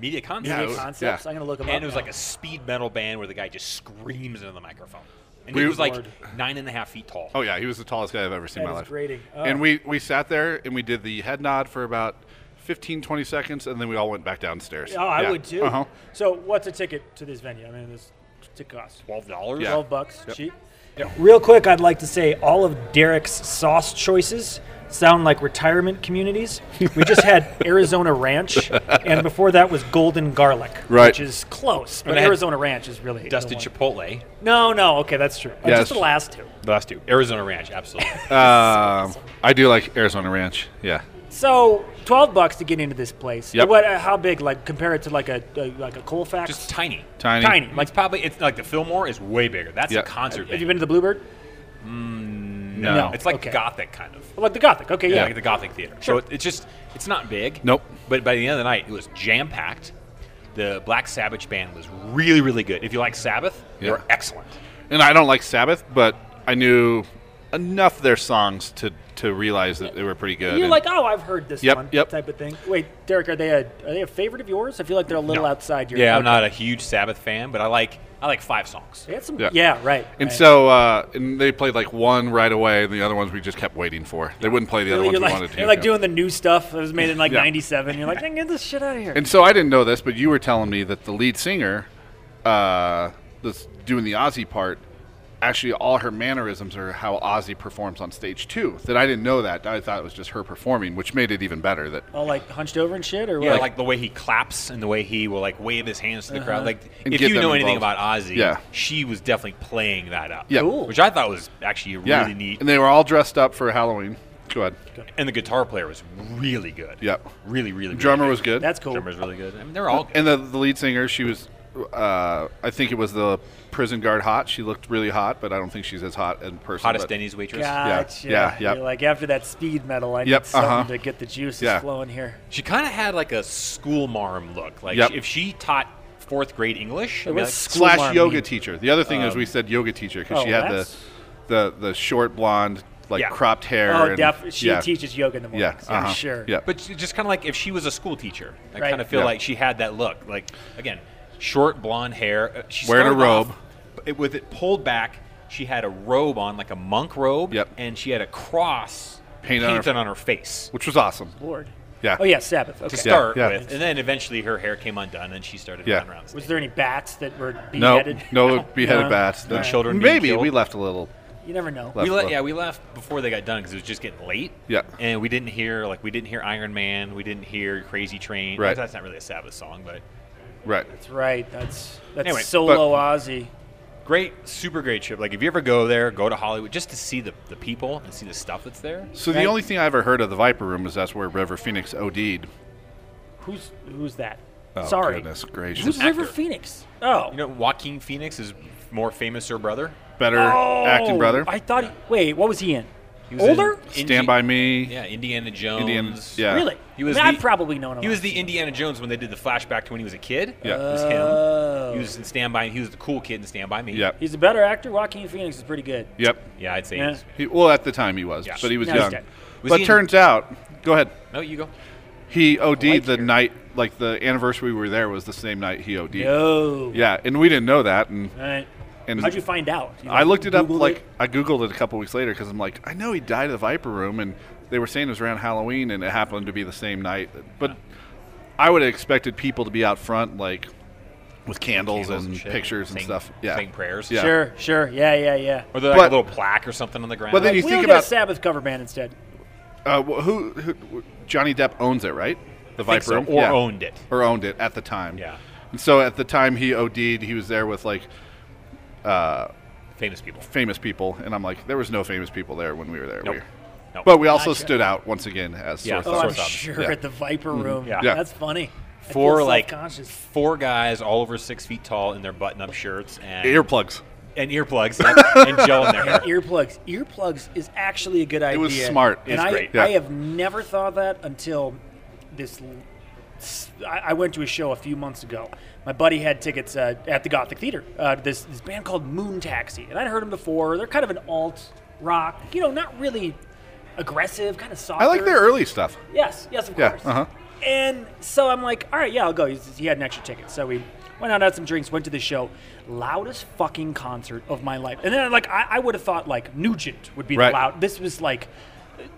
S1: Media Concept.
S2: Yeah, it was-
S3: Concepts.
S2: yeah.
S3: I'm gonna look them up.
S1: and it was
S3: now.
S1: like a speed metal band where the guy just screams into the microphone. And
S2: We-
S1: he was like
S3: Lord.
S1: nine and a half feet tall.
S2: Oh yeah, he was the tallest guy I've ever seen in
S3: That
S2: my
S3: is
S2: life.
S3: grating. Oh.
S2: And we we sat there and we did the head nod for about 15, 20 seconds, and then we all went back downstairs.
S3: Oh, I
S2: Yeah.
S3: would too.
S2: Uh-huh.
S3: So, what's a ticket to this venue? I mean, this to cost
S1: Twelve dollars.
S2: Yeah.
S3: twelve bucks, cheap.
S1: Yeah.
S3: Real quick, I'd like to say all of Derek's sauce choices sound like retirement communities. We just had Arizona Ranch, and before that was Golden Garlic,
S2: Right.
S3: which is close, but
S1: I had
S3: Arizona Ranch is really the
S1: Dusted
S3: one.
S1: Chipotle.
S3: No, no, okay, that's true. Uh,
S2: Yes.
S3: Just the last two.
S1: The last two. Arizona Ranch, absolutely.
S2: Um, I do like Arizona Ranch. Yeah.
S3: So, twelve bucks to get into this place.
S2: Yep.
S3: What? Uh, how big? Like, compare it to like a, a like a Colfax.
S1: just tiny.
S2: Tiny.
S3: Tiny.
S1: Like it's probably it's like the Fillmore is way bigger. That's
S2: Yeah.
S1: a concert.
S3: have you
S1: venue.
S3: been to the Bluebird?
S2: No.
S3: No.
S1: It's like
S3: Okay.
S1: gothic kind of.
S3: Like the Gothic. Okay,
S1: Yeah.
S3: yeah.
S1: Like the Gothic theater.
S3: Sure.
S1: So it, it's just it's not big.
S2: Nope.
S1: But by the end of the night, it was jam packed. The Black Sabbath band was really really good. If you like Sabbath,
S2: Yeah.
S1: they were excellent.
S2: And I don't like Sabbath, but I knew enough of their songs to to realize that they were pretty good.
S3: You're
S2: And
S3: like, oh, I've heard this
S2: Yep,
S3: one
S2: yep.
S3: type of thing. Wait, Derek, are they a are they a favorite of yours? I feel like they're a little
S1: No.
S3: outside your.
S1: Yeah, I'm
S3: okay.
S1: not a huge Sabbath fan, but I like I like five songs.
S3: They had some.
S2: Yeah.
S3: Yeah, right.
S2: And
S3: right.
S2: so uh, and they played like one right away, and the other ones we just kept waiting for. They wouldn't play the other
S3: Really,
S2: ones
S3: you're
S2: we
S3: like,
S2: wanted to.
S3: you're like
S2: Yeah.
S3: doing the new stuff that was made in like
S2: Yeah.
S3: '97. You're like, "Dang, get this shit out of here.
S2: And so I didn't know this, but you were telling me that the lead singer, uh, that's doing the Aussie part, actually all her mannerisms are how Aussie performs on stage too. That I didn't know that. I thought it was just her performing, which made it even better. That
S3: All like hunched over and shit, or
S1: Yeah,
S3: what?
S1: like, the way he claps and the way he will like wave his hands to the
S3: Uh-huh.
S1: crowd. Like
S2: And
S1: if
S2: get
S1: you
S2: them
S1: know anything
S2: involved.
S1: about Ozzy,
S2: Yeah.
S1: she was definitely playing that up.
S2: Yeah.
S3: Cool.
S1: Which I thought was actually really
S2: yeah,
S1: neat.
S2: and they were all dressed up for Halloween. Go ahead.
S1: And the guitar player was really good.
S2: Yeah.
S1: Really, really good.
S2: Drummer was good.
S3: that's cool.
S1: Drummer's really good. I mean, they're all good.
S2: and the, the lead singer. She was, uh, I think it was the prison guard hot. She looked really hot, but I don't think she's as hot in person.
S1: hottest
S2: but-
S1: Denny's waitress.
S3: Gotcha.
S2: yeah, yep.
S3: You're like after that speed metal, I
S2: Yep,
S3: need something
S2: uh-huh.
S3: to get the juices
S2: Yeah.
S3: flowing here.
S1: She kind of had like a school marm look. Like
S2: Yep.
S1: if she taught fourth grade English, I mean,
S3: was
S1: like,
S3: school
S2: slash
S3: marm
S2: yoga
S3: meat.
S2: teacher. The other thing is
S1: Um,
S2: we said yoga teacher because
S3: oh,
S2: she had the,
S3: that's-
S2: the the short blonde like
S1: Yeah.
S2: cropped hair.
S3: Oh,
S2: and-
S3: def- she
S2: yeah,
S3: teaches yoga in the morning.
S2: Yeah, uh-huh.
S3: for sure.
S2: Yeah,
S1: but she- just kind of like if she was a school teacher, I
S3: Right.
S1: kind of feel
S2: Yeah.
S1: like she had that look. Like again, short blonde hair. Uh, She
S2: Wearing a
S1: started off
S2: robe.
S1: b- with it pulled back. She had a robe on, like a monk robe,
S2: Yep.
S1: and she had a cross
S2: Painted on her-
S1: painted on her face.
S2: which was awesome.
S3: Lord.
S2: Yeah.
S3: Oh yeah, Sabbath. Okay.
S1: To start
S2: yeah.
S1: with, and then eventually her hair came undone, and she started
S2: Yeah.
S1: running around. the
S3: Was there any bats that were
S2: No,
S3: beheaded? Uh-huh.
S2: no beheaded
S3: No.
S2: bats.
S1: No
S2: No.
S1: children being
S2: Maybe
S1: killed.
S2: we left a little.
S3: You never know.
S2: Left
S1: we le-
S2: foot.
S1: yeah, we left before they got done because it was just getting late.
S2: Yeah.
S1: and we didn't hear like we didn't hear Iron Man, we didn't hear Crazy Train.
S2: Right.
S1: that's not really a Sabbath song, but
S2: Right.
S3: That's right. That's that's
S1: Anyway,
S3: solo Ozzy.
S1: great, super great trip. Like if you ever go there, go to Hollywood just to see the, the people and see the stuff that's there.
S2: So the
S3: Right.
S2: only thing I ever heard of the Viper Room is that's where River Phoenix OD'd.
S3: Who's who's that?
S2: Oh,
S3: Sorry.
S2: goodness gracious.
S3: Who's
S1: an
S3: River
S1: actor.
S3: Phoenix? Oh.
S1: You know, Joaquin Phoenix is more famous her brother.
S2: Better
S3: oh,
S2: acting brother.
S3: I thought. He, wait, what was he in?
S1: He was in
S3: Older?
S1: Indi-
S2: Stand by me.
S1: Yeah, Indiana Jones.
S2: Indiana- yeah.
S3: Really?
S1: He was
S3: I mean,
S1: the-
S3: I've probably known him.
S1: He was the Indiana Jones when they did the flashback to when he was a kid.
S2: Yeah.
S1: it was
S3: Oh.
S1: him. He was in Stand by. He was the cool kid in Stand by Me.
S2: Yep.
S3: He's a better actor. Joaquin Phoenix is pretty good.
S2: Yep.
S1: Yeah, I'd say.
S3: Yeah.
S1: he's-
S2: He, well, at the time he was,
S1: Yeah.
S2: but he was
S3: Now he's
S2: young.
S3: dead.
S1: Was
S2: but
S1: he in-
S2: turns out, go ahead.
S1: No, you go.
S2: He OD'd the
S3: here.
S2: night, like the anniversary we were there was the same night he OD'd.
S3: No.
S2: Yeah, and we didn't know that, and
S3: All right.
S2: And-
S3: How'd you find out? You,
S2: I looked it up.
S3: Googled
S2: Like I googled it a couple weeks later because I'm like, I know he died of the Viper Room, and they were saying it was around Halloween, and it happened to be the same night. But I would have expected people to be out front, like with candles,
S1: Candles
S2: and,
S1: and shit,
S2: pictures and
S1: sing-
S2: stuff. Yeah,
S1: sing prayers.
S2: Yeah,
S3: Sure. Sure. Yeah. Yeah. Yeah.
S1: Or there's like
S2: But-
S1: a little plaque or something on the ground.
S2: But then you
S3: we'll
S2: think
S3: get a
S2: about-
S3: Sabbath cover band instead.
S2: Uh, wh- who, who, Johnny Depp owns it, right? The
S1: think
S2: Viper
S1: so,
S2: Room,
S1: or owned it.
S2: or owned it at the time.
S1: Yeah.
S2: And so at the time he OD'd, he was there with like
S1: famous people.
S2: famous people, and I'm like, there was no famous people there when we were there.
S1: Nope.
S2: We-
S1: Nope.
S2: But we also
S3: Gotcha.
S2: stood out once again as
S1: Yeah.
S2: sore
S1: Oh,
S3: Oh,
S2: thumbs.
S3: I'm
S1: Sort of.
S3: sure
S2: Yeah.
S3: at the Viper Room.
S1: Mm-hmm. Yeah.
S2: Yeah.
S3: That's funny. I feel
S1: four like
S3: self-conscious.
S1: four guys all over six feet tall in their button-up shirts and
S2: earplugs.
S1: and earplugs yep, and gel in their hair.
S3: earplugs. Earplugs is actually a good idea.
S2: was smart.
S3: And
S1: It's
S3: I,
S1: great.
S2: Yeah.
S3: I have never thought that until this. l- s- I I went to a show a few months ago. My buddy had tickets uh, at the Gothic Theater. Uh, this this band called Moon Taxi, and I'd heard them before. They're kind of an alt rock, you know, not really aggressive, kind of soft.
S2: I like their early stuff.
S3: Yes, yes, of
S2: Yeah,
S3: course.
S2: uh-huh.
S3: And so I'm like, all right, yeah, I'll go. He, he had an extra ticket, so we went out, had some drinks, went to the show. Loudest fucking concert of my life. And then like I, I would have thought like Nugent would be
S2: Right.
S3: the loud. This was like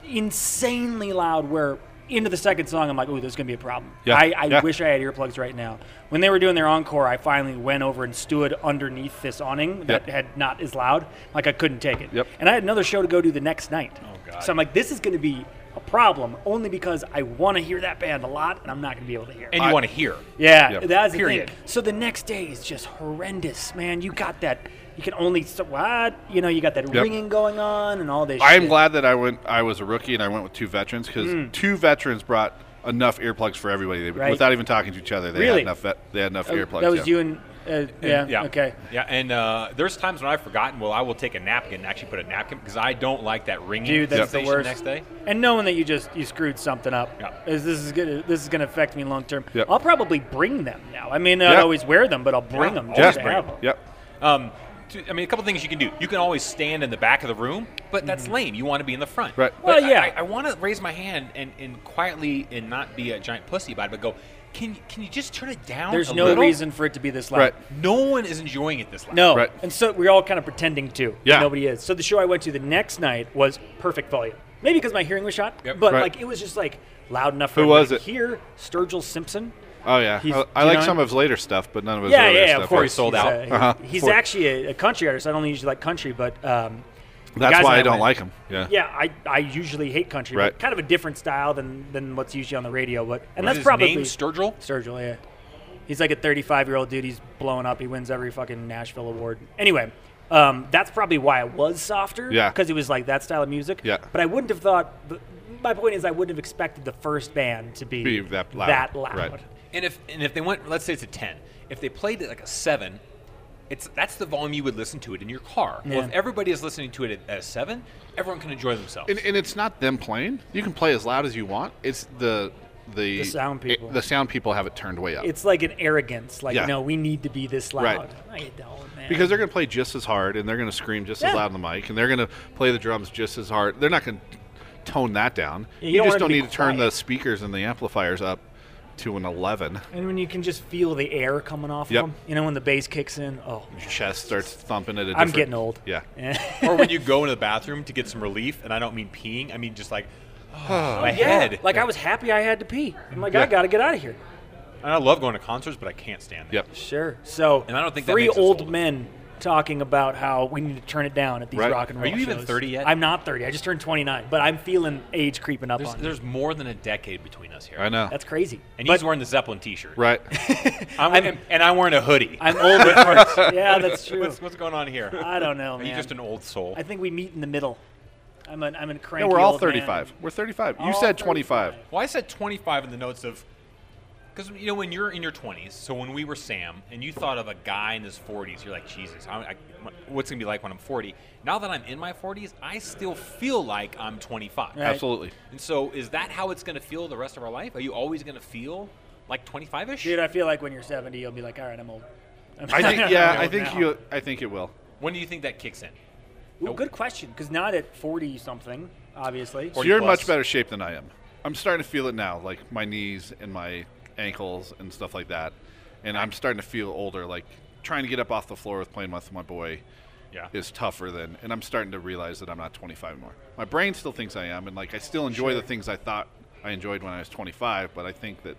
S3: insanely loud. Where into the second song, I'm like, ooh, there's gonna be a problem.
S2: Yeah,
S3: I, I
S2: yeah.
S3: wish I had earplugs right now. When they were doing their encore, I finally went over and stood underneath this awning that
S2: Yep.
S3: had not as loud. Like I couldn't take it.
S2: Yep.
S3: And I had another show to go to the next night. Oh
S1: God.
S3: So I'm like, this is going to be a problem only because I want to hear that band a lot and I'm not going to be able to hear. it.
S1: And you want to hear.
S3: yeah,
S2: Yep.
S3: that's
S1: Period.
S3: the thing. So the next day is just horrendous, man. You got that. You can only so what you know. You got that
S2: Yep.
S3: ringing going on and all this.
S2: I am
S3: shit.
S2: glad that I went. I was a rookie and I went with two veterans because two veterans brought enough earplugs for everybody. They,
S3: Hmm. Right.
S2: Without even talking to each other, they
S3: Really?
S2: had enough. Vet, they had enough
S3: Oh,
S2: earplugs.
S3: That was
S2: yeah.
S3: you and, uh, yeah,
S1: Yeah.
S3: Okay.
S1: Yeah, and uh, there's times when I've forgotten. Well, I will take a napkin and actually put a napkin because I don't like that ringing
S3: Dude, that's the
S1: sensation
S3: worst.
S1: next day.
S3: And knowing that you just you screwed something up,
S1: Yeah.
S3: is this is good. This is going to affect me long term.
S2: Yep.
S3: I'll probably bring them now. I mean, I
S2: Yeah.
S3: always wear them, but I'll bring
S1: Yeah,
S3: them.
S1: always
S3: Just to
S1: bring
S3: have
S1: 'em.
S3: them.
S2: Yep.
S1: Um, to- I mean, a couple things you can do. You can always stand in the back of the room, but that's lame. You want to be in the front.
S2: Right.
S1: But
S3: Mm-hmm. Well, yeah.
S1: I- I, I want to raise my hand and, and quietly and not be a giant pussy about it, but go, can, can you just turn it down?
S3: There's
S1: a
S3: no
S1: little?"
S3: reason for it to be this loud.
S2: Right.
S1: No one is enjoying it this loud.
S3: No.
S2: Right.
S3: And so we're all kind of pretending to.
S2: Yeah.
S3: Nobody is. So the show I went to the next night was perfect volume. Maybe because my hearing was shot,
S1: Yep.
S3: but
S2: Right.
S3: like it was just like loud enough for
S2: Who
S3: everybody
S2: was
S3: to
S2: it?
S3: hear Sturgill Simpson.
S2: Oh yeah.
S3: He's-
S2: I, I
S3: you
S2: like
S3: know
S2: some
S3: him?
S2: of his later stuff, but none of his
S3: yeah,
S2: earlier
S3: yeah,
S2: stuff.
S3: of course.
S1: He's sold
S3: he's,
S1: out.
S3: uh, he-
S2: Uh-huh.
S3: he's
S2: For-
S3: actually a, a country artist. I don't usually like country, but um, the
S2: That's
S3: guys
S2: why
S3: that
S2: I don't
S3: went-
S2: like him. Yeah.
S3: Yeah, I, I usually hate country,
S2: Right.
S3: but kind of a different style than than what's usually on the radio. But and
S1: What
S3: that's
S1: is
S3: probably
S1: his name? Sturgill?
S3: Sturgill, yeah. He's like a 35 year old dude. He's blowing up. He wins every fucking Nashville award. Anyway, um, that's probably why I was softer.
S2: Yeah.
S3: Because it was like that style of music.
S2: Yeah.
S3: But I wouldn't have thought. But my point is, I wouldn't have expected the first band to be,
S2: Be that loud.
S3: That loud.
S2: Right.
S1: And if and if they went, let's say it's a ten. If they played it like a seven, it's that's the volume you would listen to it in your car. Well,
S3: Yeah.
S1: if everybody is listening to it at, at a seven, everyone can enjoy themselves.
S2: And, and it's not them playing. You can play as loud as you want. It's the the,
S3: The sound people.
S2: the sound people have it turned way up
S3: It's like an arrogance. Like,
S2: Yeah.
S3: no, we need to be this
S2: Right.
S3: loud. No, you don't, man.
S2: because they're going to play just as hard and they're going to scream just as
S3: Yeah.
S2: loud on the mic and they're going to play the drums just as hard. They're not going to tone that down.
S3: Yeah, you
S2: you
S3: don't
S2: just
S3: want it to
S2: don't
S3: be
S2: need to turn the
S3: quiet.
S2: speakers and the amplifiers up to an eleven.
S3: and when you can just feel the air coming off
S2: Yep.
S3: of them, you know, when the bass kicks in, oh,
S2: Your chest starts thumping at a.
S3: I'm
S2: different-
S3: getting old.
S2: Yeah.
S1: or when you go into the bathroom to get some relief, and I don't mean peeing, I mean just like oh, my
S3: Yeah,
S1: head.
S3: Like I was happy I had to pee. I'm like, I
S2: Yeah.
S3: gotta get out of here.
S1: And I love going to concerts, but I can't stand it.
S2: Yep.
S3: Sure. So,
S1: And I don't think that
S3: three
S1: makes us
S3: old
S1: older.
S3: men talking about how we need to turn it down at these
S2: Right.
S3: rock and
S1: Are
S3: roll.
S1: you even
S3: shows.
S1: 30 yet?
S3: I'm not 30. I just turned 29, but I'm feeling age creeping up
S1: There's,
S3: on me.
S1: there's more than a decade between us here.
S2: I know.
S3: That's crazy.
S1: And
S3: but
S1: he's wearing the Zeppelin T-shirt.
S2: right.
S1: I'm,
S3: I'm-
S1: and I'm wearing a hoodie.
S3: I'm old at heart. yeah, that's true.
S1: what's, what's going on here?
S3: I don't know,
S1: Are you
S3: man.
S1: just an old soul?
S3: I think we meet in the middle. I'm an I'm a cranky.
S2: No, we're all
S3: old man.
S2: 35. We're 35. You
S3: All
S2: said 25.
S3: 35.
S1: Well, I said 25 in the notes of because you know when you're in your 20s. So when we were Sam, and you thought of a guy in his 40s, you're like, Jesus, I'm, I, what's gonna be like when I'm 40? Now that I'm in my 40s, I still feel like I'm 25.
S3: Right.
S2: Absolutely.
S1: And so, is that how it's gonna feel the rest of our life? Are you always gonna feel like 25ish?
S3: Dude, I feel like when you're 70, you'll be like, all right, I'm old.
S2: I think. Yeah. I
S3: old
S2: think
S3: now.
S2: you. I think it will.
S1: When do you think that kicks in?
S3: Ooh, good question. Because not at 40 something, obviously.
S2: So you're in much
S1: plus.
S2: better shape than I am. I'm starting to feel it now, like my knees and my ankles and stuff like that. And I'm starting to feel older. Like trying to get up off the floor with playing with my boy
S1: Yeah.
S2: is tougher than. And I'm starting to realize that I'm not 25 anymore. My brain still thinks I am, and like I still enjoy the things I thought I enjoyed when I was 25. But I think that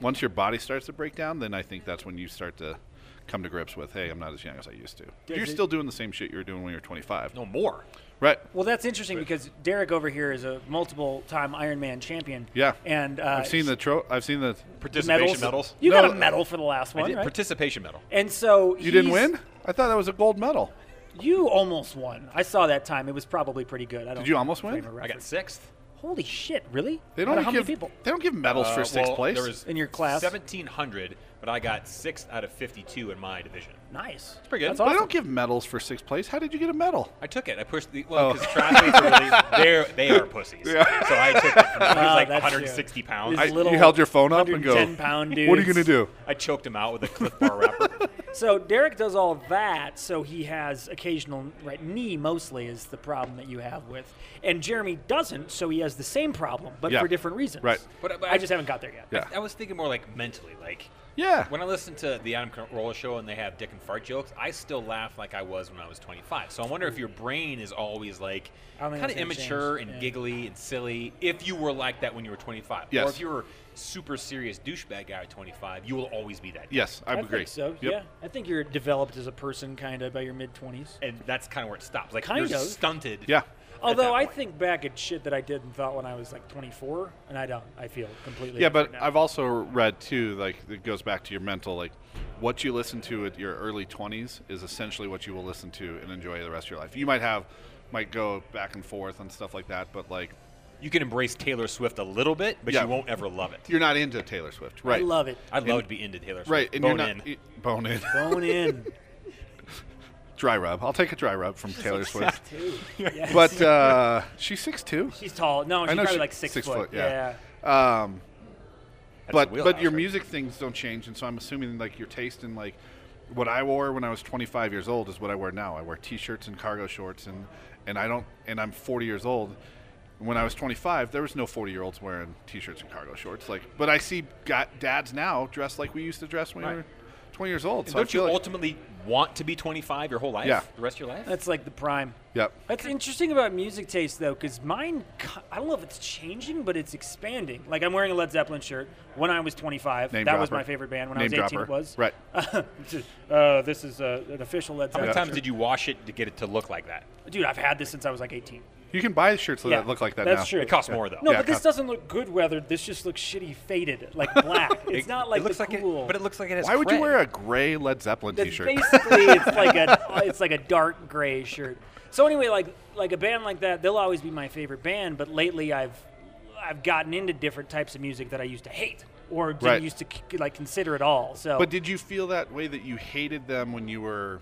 S2: once your body starts to break down, then I think that's when you start to come to grips with, hey, I'm not as young as I used to. you're
S3: it-
S2: still doing the same shit you were doing when you were 25.
S1: No more.
S2: Right.
S3: Well, that's interesting because Derek over here is a multiple-time Ironman champion.
S2: Yeah.
S3: and uh,
S2: I've seen the tro- I've seen the
S1: Participation medals.
S3: You
S2: No,
S3: got a medal for the last
S1: I
S3: one,
S1: did-
S3: right?
S1: Participation medal.
S3: and so
S2: You didn't
S3: he's-
S2: win? I thought that was a gold medal.
S3: You almost won. I saw that time. It was probably pretty good. I don't
S2: Did you almost win?
S3: frame of
S1: I got
S3: reference.
S1: sixth.
S3: Holy shit! Really?
S2: They
S3: Out
S2: don't
S3: of how
S2: give
S3: many people?
S2: They don't give medals
S1: Uh,
S2: for sixth
S1: well,
S2: place.
S1: there was
S3: In your class?
S1: 1700 but I got six out of 52 in my division.
S3: Nice. That's
S1: pretty good.
S3: That's
S1: But
S2: They
S3: awesome.
S2: don't give medals for sixth place. How did you get a medal?
S1: I took it. I pushed the
S2: Oh.
S1: well because triathletes are really they're they are pussies. So I took it. He was
S3: Wow,
S1: like
S3: Oh, that's
S1: 160 pounds.
S3: This
S2: I,
S1: I,
S3: is- little
S2: you held your phone up and go.
S3: 110 pound
S2: What are you
S3: dudes.
S2: gonna do?
S1: I choked him out with a cliff bar wrapper.
S3: So Derek does all of that. So he has occasional right knee mostly is the problem that you have with, and Jeremy doesn't. So he has the same problem, but
S2: Yeah.
S3: for different reasons.
S2: Right.
S1: But- but
S3: I
S1: I-
S3: just haven't got there yet.
S2: Yeah.
S1: I was thinking more like mentally, like
S2: Yeah.
S1: when I listen to the Adam Carolla show and they have dick and fart jokes, I still laugh like I was when I was 25. So I wonder if your brain is always like
S3: I don't
S1: kind
S3: think
S1: of
S3: that's gonna
S1: immature
S3: change,
S1: and
S3: yeah.
S1: giggly and silly. If you were like that when you were 25,
S2: Yes.
S1: or if you were super serious douchebag guy at 25, you will always be that. guy.
S2: Yes, I,
S3: I
S2: agree.
S3: think so.
S2: Yep.
S3: Yeah, I think you're developed as a person kind of by your mid twenties.
S1: And that's kind of where it stops. Like
S3: Kind
S1: you're
S3: of.
S1: stunted.
S2: Yeah.
S1: at that
S3: Although I
S1: point.
S3: think back at shit that I did and thought when I was like 24, and I don't. I feel completely.
S2: Yeah,
S3: different
S2: but
S3: now.
S2: I've also read too, like it goes back to your mental, like what you listen to at your early twenties is essentially what you will listen to and enjoy the rest of your life. You might have, might go back and forth and stuff like that, but like
S1: you can embrace Taylor Swift a little bit, but
S2: Yeah.
S1: you won't ever love it.
S2: you're not into Taylor Swift, right?
S3: I love it.
S1: I'd love to be into Taylor Swift.
S2: right, and
S1: Bone
S2: you're
S1: in.
S2: not e-, y- bone in
S3: Bone in
S2: dry rub. I'll take a dry rub from Taylor Swift,
S3: too. Yes.
S2: but uh, she's six two.
S3: she's tall. No, she's
S2: I know
S3: probably
S2: she-
S3: like six,
S2: six
S3: foot.
S2: foot, yeah. Um,
S1: That's the
S2: but but
S1: wheelhouse,
S2: your
S1: right?
S2: music things don't change, and so I'm assuming like your taste in like what I wore when I was 25 years old is what I wear now. I wear t-shirts and cargo shorts, and and I don't, and I'm 40 years old. When I was 25, there was no 40 year olds wearing t-shirts and cargo shorts. Like, but I see got dads now dressed like we used to dress when we
S1: Right.
S2: were 20 years old. So I
S1: Don't you
S2: feel like-
S1: ultimately want to be 25 your whole life?
S2: Yeah.
S1: The rest of your life?
S3: That's like the prime.
S2: Yep.
S3: That's interesting about music taste, though, because mine, ki- I don't know if it's changing, but it's expanding. Like, I'm wearing a Led Zeppelin shirt. When I was 25,
S2: Name
S3: that was
S2: dropper.
S3: my favorite band. When I
S2: Name
S3: was 18,
S2: dropper.
S3: it was.
S2: Right.
S3: uh, this is uh, an official Led
S1: How
S3: Zeppelin
S1: many times
S3: shirt.
S1: did you wash it to get it to look like that?
S3: Dude, I've had this since I was like 18.
S2: You can buy shirts
S3: Yeah,
S2: that look like that
S3: that's
S2: now.
S3: true.
S1: It costs more though.
S3: No,
S2: Yeah,
S3: but this
S2: cop-
S3: doesn't look good weathered. This just looks shitty faded, like black. It's not like
S1: it looks
S3: the
S1: like it-
S3: cool.
S1: but it looks like it has.
S2: Why would you
S1: cred.
S2: wear a gray Led Zeppelin
S3: That's
S2: t-shirt?
S3: Basically, it's like a it's like a dark gray shirt. So anyway, like like a band like that, they'll always be my favorite band. But lately, I've I've gotten into different types of music that I used to hate or didn't
S2: Right.
S3: used to c- like consider at all. So
S2: But did you feel that way that you hated them when you were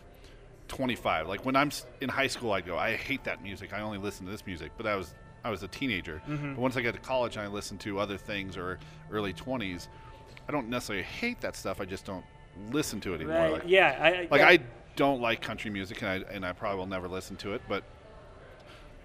S2: 25? Like when I'm s- in high school, I'd go, I hate that music. I only listen to this music. But I was I was a teenager.
S3: Mm-hmm.
S2: But once I got to college and I listened to other things or early 20s, I don't necessarily hate that stuff. I just don't listen to it anymore.
S3: right,
S2: like,
S3: yeah, I,
S2: like
S3: yeah.
S2: I don't like country music, and I and I probably will never listen to it. But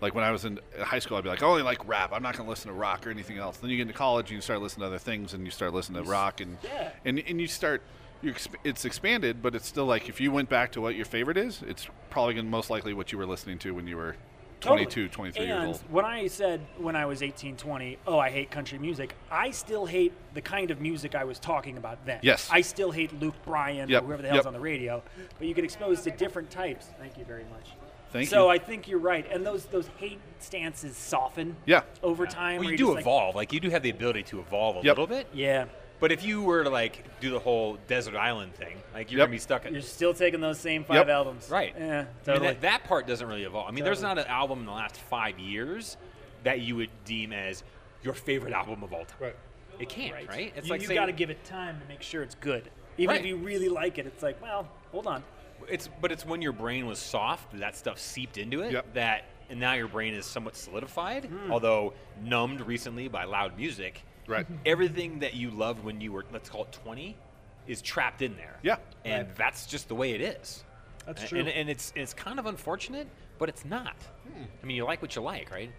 S2: like when I was in high school, I'd be like, I only like rap. I'm not going to listen to rock or anything else. Then you get into college, and you start listening to other things, and you start listening to rock, and
S3: yeah.
S2: and and you start. You exp- it's expanded, but it's still like if you went back to what your favorite is, it's probably gonna most likely what you were listening to when you were 22, 23
S3: Oh, and
S2: years old.
S3: When I said when I was 18, 20, oh, I hate country music, I still hate the kind of music I was talking about then.
S2: Yes.
S3: I still hate Luke Bryan
S2: Yep,
S3: or whoever the hell's
S2: yep.
S3: on the radio, but you get exposed to different types. Thank you very much.
S2: Thank
S3: so
S2: you.
S3: I think you're right. And those those hate stances soften
S2: Yeah.
S3: over time.
S1: Well,
S3: where
S1: you
S3: you're
S1: do
S3: just like,
S1: evolve. Like, you do have the ability to evolve a
S2: Yep.
S1: little bit.
S3: yeah.
S1: But if you were to like do the whole desert island thing, like you're
S2: Yep.
S1: gonna be stuck at
S3: You're still taking those same five
S2: Yep.
S3: albums.
S1: right.
S3: Yeah,
S1: I mean,
S3: totally.
S1: that, that part doesn't really evolve. I mean, there's not
S3: Totally.
S1: an album in the last five years that you would deem as your favorite album of all time.
S2: Right.
S1: It can't. Right.
S3: It's
S1: It's
S3: you,
S1: like
S3: you
S1: saying-
S3: got to give it time to make sure it's good. Even if
S1: Right.
S3: you really like it, it's like, well, hold on.
S1: It's but it's when your brain was soft that stuff seeped into it.
S2: Yep. Hmm.
S1: That and now your brain is somewhat solidified, although numbed recently by loud music.
S2: Right.
S1: Everything that you loved when you were let's call it twenty is trapped in there.
S2: Yeah.
S1: And that's just the way it is.
S3: That's
S1: A-
S3: true.
S1: And, and it's it's kind of unfortunate, but it's not.
S2: Hmm.
S1: I mean, you like what you like, right?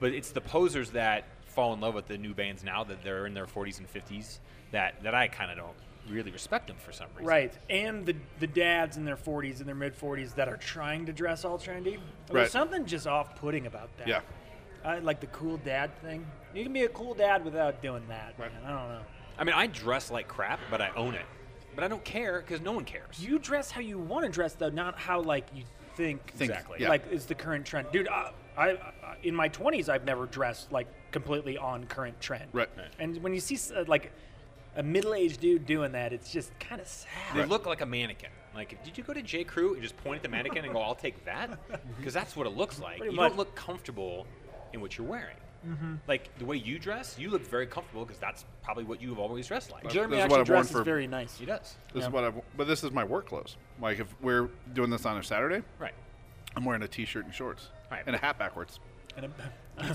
S1: But it's the posers that fall in love with the new bands now that they're in their 40s and 50s that that I kind of don't really respect them for some reason.
S3: Right, and the the dads in their 40s and their mid 40s that are trying to dress all trendy. There's
S2: Right.
S3: something just off-putting about that.
S2: Yeah.
S3: I like the cool dad thing. You can be a cool dad without doing that.
S2: Right.
S3: man. I don't know.
S1: I mean, I dress like crap, but I own it. But I don't care because no one cares.
S3: You dress how you want to dress, though, not how like you think.
S2: Think,
S1: Exactly.
S2: yeah.
S3: Like is the current trend, dude. I, I, I in my 20s, I've never dressed like completely on current trend.
S2: Right. Right.
S3: And when you see s- uh, like a middle-aged dude doing that, it's just kind of sad.
S1: They look like a mannequin. Like, did you go to J. Crew and just point at the mannequin and go, "I'll take that," because that's what it looks like.
S3: Pretty
S1: you
S3: much.
S1: don't look comfortable in what you're wearing.
S2: Mm-hmm.
S1: Like the way you dress, you look very comfortable because that's probably what you've always dressed like.
S3: Jeremy
S2: this is what
S3: actually
S2: I've worn
S3: dresses
S2: for-
S3: very nice.
S1: He does.
S2: This
S3: Yeah.
S2: is what I. But this is my work clothes. Like if we're doing this on a Saturday,
S1: Right.
S2: I'm wearing a t-shirt and shorts
S1: Right.
S2: and a hat backwards.
S3: And
S1: You
S3: I'm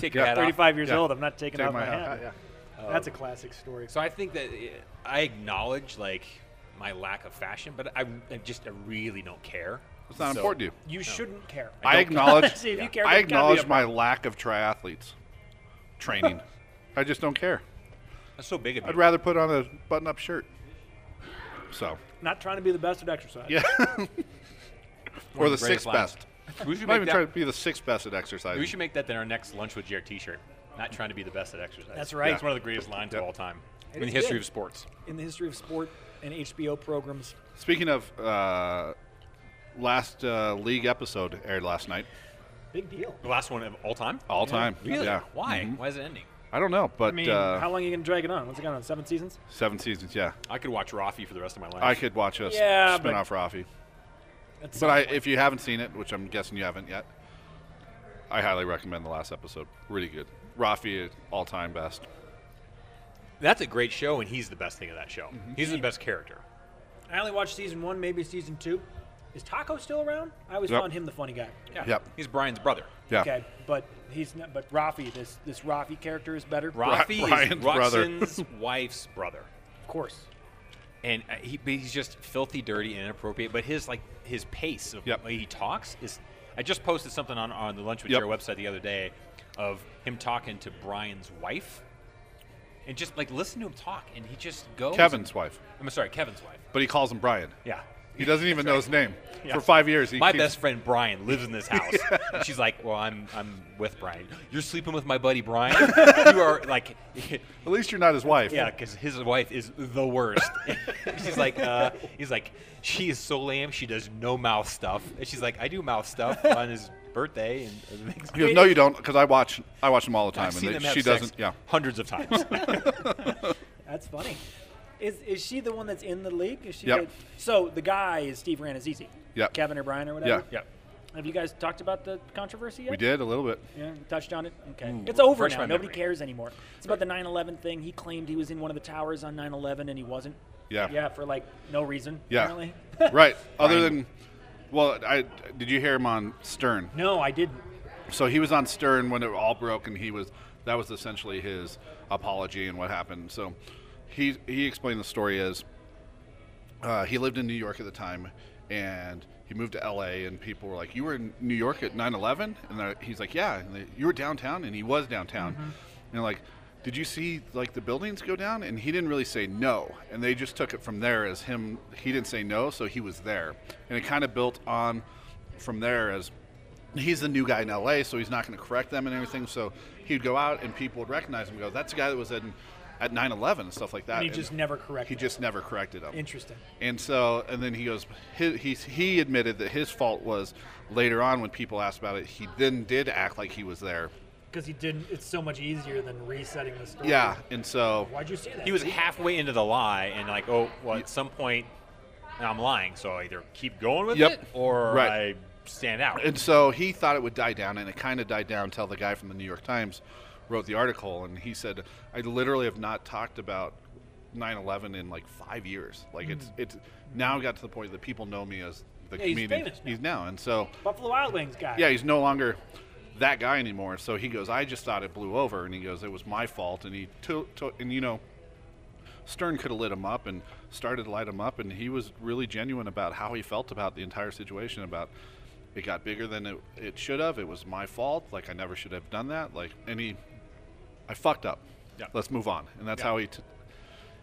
S1: take
S2: Yeah.
S1: your hat off.
S3: 35 years
S2: Yeah.
S3: old. I'm not taking
S2: Take
S3: off
S2: my
S3: my,
S2: hat,
S3: hat.
S2: yeah.
S3: Oh.
S4: That's a classic story.
S1: So I think that eh, I acknowledge like my lack of fashion, but I, I just I really don't care.
S2: It's not
S1: So-
S2: important to you.
S3: You shouldn't care.
S2: I, acknowledge.
S3: See, if you
S1: Yeah.
S3: care,
S2: I
S3: there's gotta be
S2: acknowledge
S3: a
S2: my lack of triathletes training. I just don't care.
S1: That's so big of you.
S2: I'd rather put on a button-up shirt. So,
S3: Not trying to be the best at exercise.
S2: yeah,
S1: One
S2: or
S1: of
S2: the
S1: greatest
S2: sixth
S1: lines.
S2: best.
S1: We should
S2: I'm not
S1: make
S2: even trying
S1: that.
S2: to be the sixth best at exercising.
S1: We should make that then our next lunch with Jared T-shirt. Not trying to be the best at exercise.
S3: That's right.
S1: It's one of the greatest lines
S2: Yep.
S1: of all time in
S3: It
S1: the
S3: is
S1: history
S3: good.
S1: of sports.
S3: In the history of sport and HBO programs,
S2: Speaking of uh, last uh, league episode aired last night,
S4: Big deal.
S1: The last one of all time.
S2: all time.
S1: Really?
S2: Yeah.
S1: Why? Why is it ending?
S2: I don't know, but
S3: I mean,
S2: uh,
S3: how long are you gonna drag it on? What's it gone on? Seven seasons?
S2: seven seasons. Yeah,
S1: I could watch Rafi for the rest of my life.
S2: I could watch us
S3: Yeah, but-
S2: spin off Rafi.
S3: That's
S2: But I, if you haven't seen it, which I'm guessing you haven't yet, I highly recommend the last episode. Really good. Rafi, all time best.
S1: That's a great show, and he's the best thing of that show. He's the best character.
S3: I only watched season one, maybe season two. Is Taco still around? I always
S2: Yep.
S3: found him the funny guy.
S1: Yeah.
S2: Yep.
S1: He's Brian's brother.
S2: Yeah.
S3: Okay, but he's not. But Rafi, this this Rafi character is better.
S1: Rafi
S2: Brian's
S1: is
S2: brother.
S1: Ruxin's wife's brother.
S3: of course.
S1: and uh, he, but he's just filthy, dirty, and inappropriate. But his like his pace of
S2: Yep.
S1: the way he talks is. I just posted something on on the Lunch with
S2: Yep.
S1: Jared website the other day of him talking to Brian's wife, and just like listen to him talk, and he just goes.
S2: Kevin's wife,
S1: I'm sorry, Kevin's wife.
S2: but he calls him Brian.
S1: Yeah.
S2: He doesn't even know his name.
S1: Yeah.
S2: For five years, he
S1: My
S2: keeps-
S1: best friend Brian lives in this house. And she's like, "Well, I'm I'm with Brian. You're sleeping with my buddy Brian. you are like,
S2: At least you're not his wife.
S1: Yeah, because his wife is the worst. she's like, uh, he's like, she is so lame. She does no mouth stuff. And she's like, I do mouth stuff on his birthday and other things.
S2: He goes, no, you don't, because I watch. I watch them all the time,
S1: I've
S2: and
S1: seen
S2: they-
S1: them have
S2: she
S1: sex
S2: doesn't. Yeah.
S1: hundreds of times.
S3: That's funny. Is is she the one that's in the league? Is she?
S2: Yep.
S3: the- so the guy is Steve Ranazizi.
S2: Yep.
S3: Kevin or Brian or
S2: Yeah.
S3: whatever.
S1: yeah,
S3: Have you guys talked about the controversy yet?
S2: We did a little bit.
S3: Yeah, touched on it. Okay.
S4: Mm,
S1: Ooh,
S3: it's over
S1: refresh
S3: now.
S1: my
S3: Nobody
S1: memory.
S3: cares anymore. It's about the 9 11 thing. He claimed he was in one of the towers on 9 11 and he wasn't.
S2: Yeah.
S3: Yeah, for like no reason,
S2: Yeah.
S3: apparently.
S2: right. Other than, well, I did you hear him on Stern?
S3: no, I didn't.
S2: So he was on Stern when it all broke, and he was that was essentially his apology and what happened. So he he explained the story as uh, he lived in New York at the time, and he moved to L.A. and people were like, "You were in New York at 9/11," and they're- he's like, "Yeah." And they, you were downtown, and he was downtown,
S4: Mm-hmm.
S2: and they're like. Did you see like the buildings go down? And he didn't really say no, and they just took it from there as him. He didn't say no, so he was there, and it kind of built on from there as he's the new guy in LA, so he's not going to correct them and everything. So he'd go out and people would recognize him and go, that's the guy that was in, at 9 11 and stuff like that.
S4: And he just never corrected.
S2: he just never corrected him.
S4: Interesting.
S2: And so, and then he goes, he, he, he admitted that his fault was later on when people asked about it, he then did act like he was there.
S4: Because he didn't. It's so much easier than resetting the story.
S2: Yeah. And so,
S4: Why'd you say that?
S1: he was halfway into the lie and like, oh, well, at some point, I'm lying. So I either keep going with
S2: Yep.
S1: it or
S2: Right.
S1: I stand out.
S2: and so he thought it would die down, and it kind of died down until the guy from the New York Times wrote the article, and he said, "I literally have not talked about 9/11 in like five years. Like it's it's now got to the point that people know me as the
S4: Hmm. he's
S2: comedian
S4: famous now.
S2: he's now, and so
S4: Buffalo Wild Wings guy.
S2: yeah, he's no longer that guy anymore. So he goes, I just thought it blew over, and he goes, it was my fault, and he took, to- and you know, Stern could have lit him up and started to light him up, and he was really genuine about how he felt about the entire situation. About it got bigger than it, it should have. It was my fault. Like I never should have done that. Like and he, I fucked up.
S1: Yeah.
S2: Let's move on, and that's
S1: Yeah.
S2: how he. T-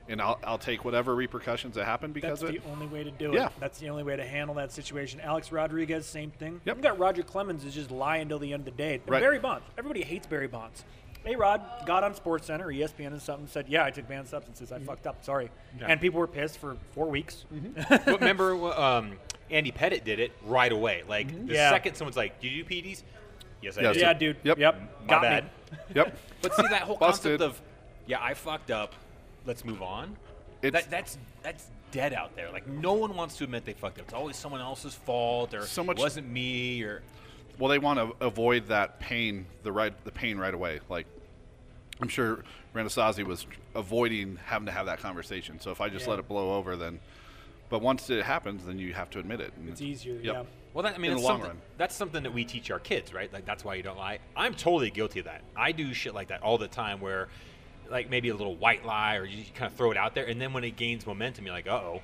S2: and I'll, I'll take whatever repercussions that happen because
S4: That's
S2: of
S4: the
S2: it.
S4: only way to do it.
S2: Yeah.
S3: That's the only way to handle that situation. Alex Rodriguez, same thing.
S2: Yep.
S3: You've got Roger Clemens is just lying till the end of the day. And
S2: Right.
S3: Barry Bonds. Everybody hates Barry Bonds. A Rod got on E Sports Center, ESPN, and something said, "Yeah, I took banned substances. I
S2: Mm-hmm.
S3: fucked up. Sorry." And people were pissed for four weeks.
S1: but remember, um, Andy Pettit did it right away. Like the
S3: Yeah.
S1: second someone's like, "Do you do PDs?" Yes, I
S2: Yes.
S1: do.
S3: Yeah, dude.
S2: Yep.
S1: My
S3: Yep. Got
S1: bad.
S3: me.
S2: Yep.
S1: But see that whole
S2: Busted.
S1: concept of, yeah, I fucked up. Let's move on.
S2: It's-
S1: That, that's that's dead out there. Like no one wants to admit they fucked up. It's always someone else's fault or
S2: So much-
S1: it wasn't me or
S2: Well, they want to avoid that pain, the right, the pain right away. Like I'm sure Ranasazi was avoiding having to have that conversation. So if I just
S4: Yeah.
S2: let it blow over, then. But once it happens, then you have to admit it. and
S4: It's easier, yeah.
S1: Well, that, I mean,
S2: In
S1: that's
S2: the long
S1: something,
S2: run.
S1: that's something that we teach our kids, right? Like that's why you don't lie. I'm totally guilty of that. I do shit like that all the time, where like maybe a little white lie, or you kind of throw it out there, and then when it gains momentum, you're like, uh oh,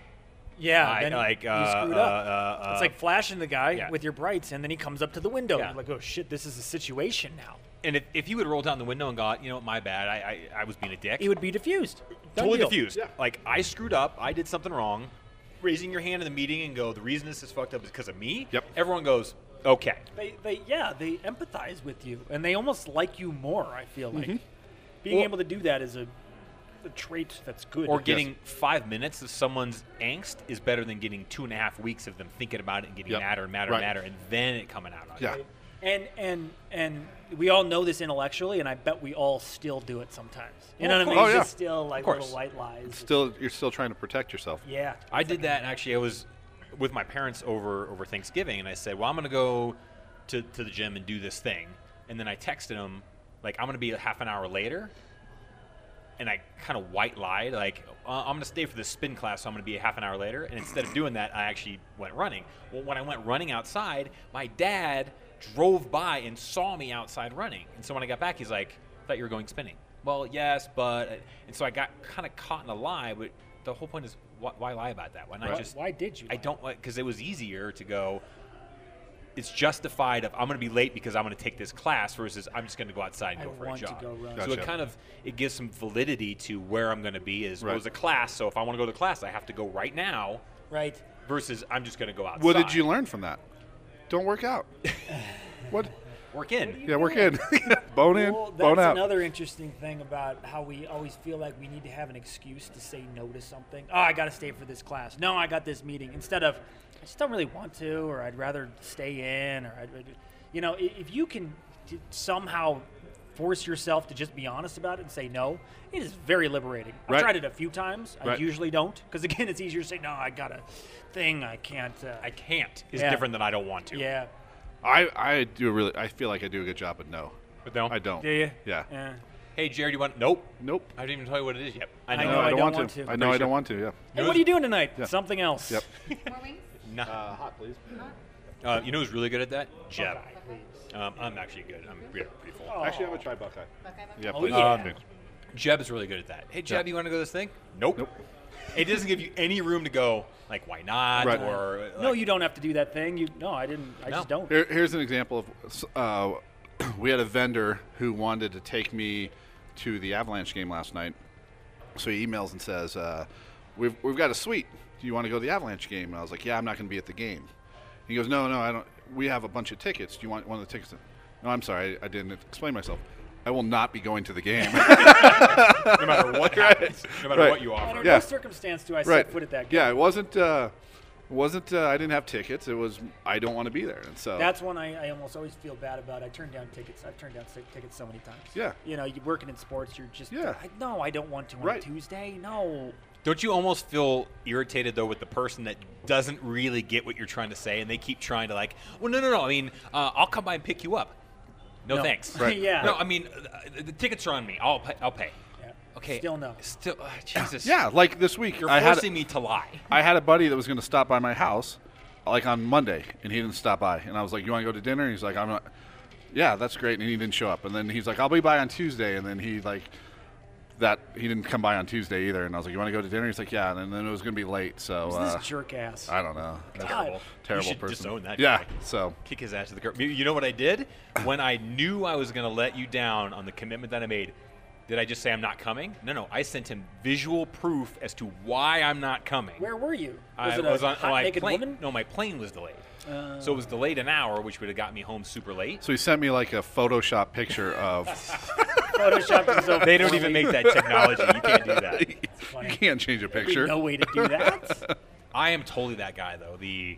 S3: Yeah,
S1: I-
S3: then
S1: like,
S3: you
S1: uh,
S3: screwed
S1: uh,
S3: up.
S1: uh, uh,
S3: it's like flashing the guy
S1: yeah.
S3: with your brights, and then he comes up to the window.
S1: Yeah.
S3: You're like, oh shit, this is a situation now.
S1: and if, if you would roll down the window and go, you know, my bad, I I, I was being a dick.
S3: He would be diffused. Done
S1: totally
S3: deal.
S1: diffused.
S2: Yeah.
S1: Like I screwed up. I did something wrong. Raising your hand in the meeting and go, the reason this is fucked up is because of me.
S2: Yep.
S1: Everyone goes, okay.
S3: They, they, yeah, they empathize with you, and they almost like you more. I feel like
S1: Mm-hmm.
S3: being
S1: Well-
S3: able to do that is a, a trait that's good.
S1: Or getting five minutes of someone's angst is better than getting two and a half weeks of them thinking about it and getting
S2: Yep.
S1: madder and madder
S2: Right.
S1: and madder and then it coming out on
S2: Yeah.
S1: you.
S3: and and and we all know this intellectually, and I bet we all still do it sometimes. You
S1: Well,
S3: know
S1: of
S3: what I mean?
S2: course.
S3: It's
S2: Oh,
S3: just
S2: yeah.
S3: still like
S1: Of course.
S3: little white lies.
S2: Still, you're still trying to protect yourself.
S3: yeah,
S1: I did that and actually I was with my parents over over Thanksgiving and I said, "Well, I'm going to go to to the gym and do this thing." And then I texted them like I'm going to be half an hour later. And I kind of white lied like uh, I'm going to stay for this spin class, so I'm going to be a half an hour later. And instead of doing that, I actually went running. Well, when I went running outside, my dad drove by and saw me outside running. And so when I got back, he's like, "Thought you were going spinning." Well, yes, but and so I got kind of caught in a lie, but the whole point is why, why lie about that? Why not
S3: Why-
S1: just
S3: why did you
S1: I
S3: lie?
S1: don't like because it was easier to go. It's justified of I'm going to be late because I'm going to take this class versus I'm just going to go outside and
S3: I
S1: go for
S3: want
S1: a
S3: to
S1: jog.
S3: go run.
S1: So it
S2: Gotcha.
S1: kind of it gives some validity to where I'm going to be. Is well,
S2: Right.
S1: it was a class, so if I want to go to class, I have to go right now.
S3: right.
S1: Versus I'm just going to go outside.
S2: What did you learn from that? Don't work out. what?
S1: work in?
S2: Yeah, work in. bone in,
S4: Well,
S2: bone
S4: that's
S2: out.
S4: another interesting thing about how we always feel like we need to have an excuse to say no to something.
S3: Oh, I got to stay for this class. No, I got this meeting. Instead of, I just don't really want to, or I'd rather stay in, or I'd, I'd- you know, i- if you can t- somehow force yourself to just be honest about it and say no, it is very liberating.
S2: Right.
S3: I've tried it a few times. I
S2: Right.
S3: usually don't, because again, it's easier to say no. I got a thing. I can't. Uh,
S1: I can't is
S3: Yeah.
S1: different than I don't want to.
S3: yeah.
S2: I, I do really. I feel like I do a good job, but no,
S1: But no.
S2: I don't.
S3: Do you?
S2: Yeah.
S3: Yeah.
S1: Hey, Jared, you want? Nope.
S2: Nope.
S1: I didn't even tell you what it is yet. I know.
S3: I
S2: No,
S3: know,
S2: I, don't want, to.
S3: want to.
S2: I know I don't want to. Yeah.
S3: Hey, what are you doing tonight?
S2: Yeah.
S3: Something else.
S2: Yep.
S5: More wings?
S1: No.
S2: hot, please.
S1: Uh, you know who's really good at that? Jeb.
S3: Buckeye, please.
S1: Um, I'm actually good. I'm pretty pretty full.
S2: Actually, I'm gonna try Buckeye.
S5: Buckeye, Buckeye.
S2: Oh, Yeah,
S3: Oh,
S2: please.
S3: yeah.
S2: Okay.
S1: Jeb is really good at that. Hey, Jeb,
S2: Yeah.
S1: you want to go to this thing? Nope.
S2: Nope.
S1: It doesn't give you any room to go, like, why not?
S2: Right.
S1: Or,
S3: No,
S1: like-
S3: you don't have to do that thing. You no, I didn't. I
S1: No.
S3: just don't.
S2: Here, here's an example of uh, we had a vendor who wanted to take me to the Avalanche game last night. So he emails and says, uh, we've, we've got a suite. Do you want to go to the Avalanche game? And I was like, Yeah, I'm not going to be at the game. he goes, No, no, I don't. We have a bunch of tickets. Do you want one of the tickets? No, I'm sorry. I, I didn't explain myself. I will not be going to the game.
S1: no matter what happens, no matter
S2: Right.
S1: what you offer.
S3: Under
S2: Yeah.
S3: no circumstance do I
S2: right.
S3: set foot at that game.
S2: Yeah, it wasn't. Uh, it wasn't uh, I didn't have tickets. It was I don't want to be there. And so
S3: That's one I, I almost always feel bad about. I turn down tickets. I've turned down si- tickets so many times.
S2: Yeah.
S3: You know, you working in sports, you're just
S2: Yeah.
S3: I, no, I don't want to on
S2: Right.
S3: Tuesday. No.
S1: Don't you almost feel irritated, though, with the person that doesn't really get what you're trying to say and they keep trying to, like, well, no, no, no. I mean, uh, I'll come by and pick you up. No,
S3: No.
S1: thanks.
S2: Right.
S3: yeah.
S1: No, I mean, uh, the- the tickets are on me. I'll pay. I'll pay.
S3: Yeah.
S1: Okay.
S3: Still no.
S1: Still, uh, Jesus.
S2: yeah, like this week
S1: You're
S2: I had
S1: forcing me to lie.
S2: I had a buddy that was going to stop by my house, like on Monday, and he didn't stop by. And I was like, "You want to go to dinner?" And he's like, "I'm not." Yeah, that's great. And he didn't show up. And then he's like, "I'll be by on Tuesday." And then he like that he didn't come by on Tuesday either. And I was like, "You want to go to dinner?" He's like, "Yeah." And then it was going to be late, so
S3: Who's
S2: uh,
S3: this jerk ass?
S2: I don't know.
S3: God.
S2: Terrible
S1: You should
S2: person.
S1: disown that
S2: yeah.
S1: guy.
S2: So
S1: kick his ass to the curb. You- You know what I did when I knew I was going to let you down on the commitment that I made? Did I just say I'm not coming? No, no. I sent him visual proof as to why I'm not coming.
S3: Where were you? Was
S1: I
S3: it
S1: was
S3: a
S1: on
S3: hot
S1: my
S3: naked
S1: plane.
S3: woman? Oh.
S1: No, my plane was delayed, so it was delayed an hour, which would have got me home super late.
S2: so he sent me like a Photoshop picture of
S3: Photoshopped his own
S1: They don't even
S3: poorly.
S1: make that technology. You can't do that.
S2: you can't change a
S3: There'd be
S2: picture.
S3: No way to do that.
S1: I am totally that guy though. The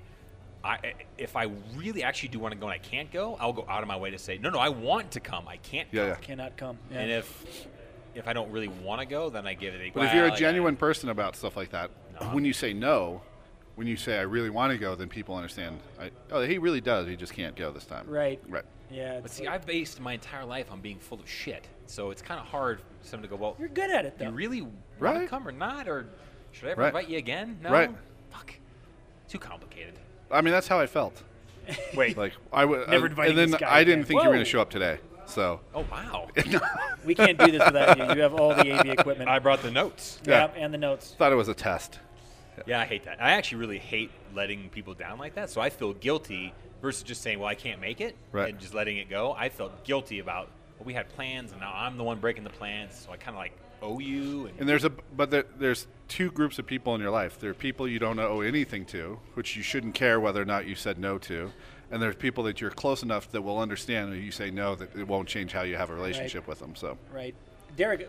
S1: I, if I really actually do want to go and I can't go, I'll go out of my way to say no, no. I want to come. I can't.
S2: Yeah,
S1: come."
S2: yeah.
S3: Cannot come. Yeah.
S1: And if if I don't really want to go, then I give it. A,
S2: But if you're
S1: "Well,
S2: a
S1: yeah."
S2: genuine person about stuff like that,
S3: Uh-huh.
S1: No.
S2: when you say no, when you say I really want to go, then people understand. I, oh, he really does. He just can't go this time.
S3: Right.
S2: Right.
S3: Yeah,
S1: But
S3: it's
S1: see,
S3: like-
S1: I've based my entire life on being full of shit, so it's kind of hard for someone to go, well,
S3: you're good at it
S1: you
S3: though.
S1: really want to
S2: Right.
S1: come or not, or should I ever
S2: Right.
S1: invite you again? No.
S2: Right.
S1: Fuck. Too complicated.
S2: I mean, that's how I felt.
S3: Wait,
S2: Like I would,
S3: Never inviting
S2: and then
S3: this guy
S2: I didn't
S3: again.
S2: think you were
S3: Whoa.
S2: going to show up today. So
S1: Oh wow.
S3: we can't do this without you. You have all the AV equipment.
S1: I brought the notes.
S3: yeah,
S2: Yeah.
S3: and the notes.
S2: thought it was a test.
S1: Yeah, I hate that. I actually really hate letting people down like that. So I feel guilty versus just saying, "Well, I can't make it,"
S2: Right.
S1: and just letting it go. I felt guilty about well, we had plans, and now I'm the one breaking the plans. So I kind of like owe you. And,
S2: And there's a but there, there's two groups of people in your life. There are people you don't owe anything to, which you shouldn't care whether or not you said no to, and there's people that you're close enough that will understand if you say no that it won't change how you have a relationship with them. So
S3: Right, Derek.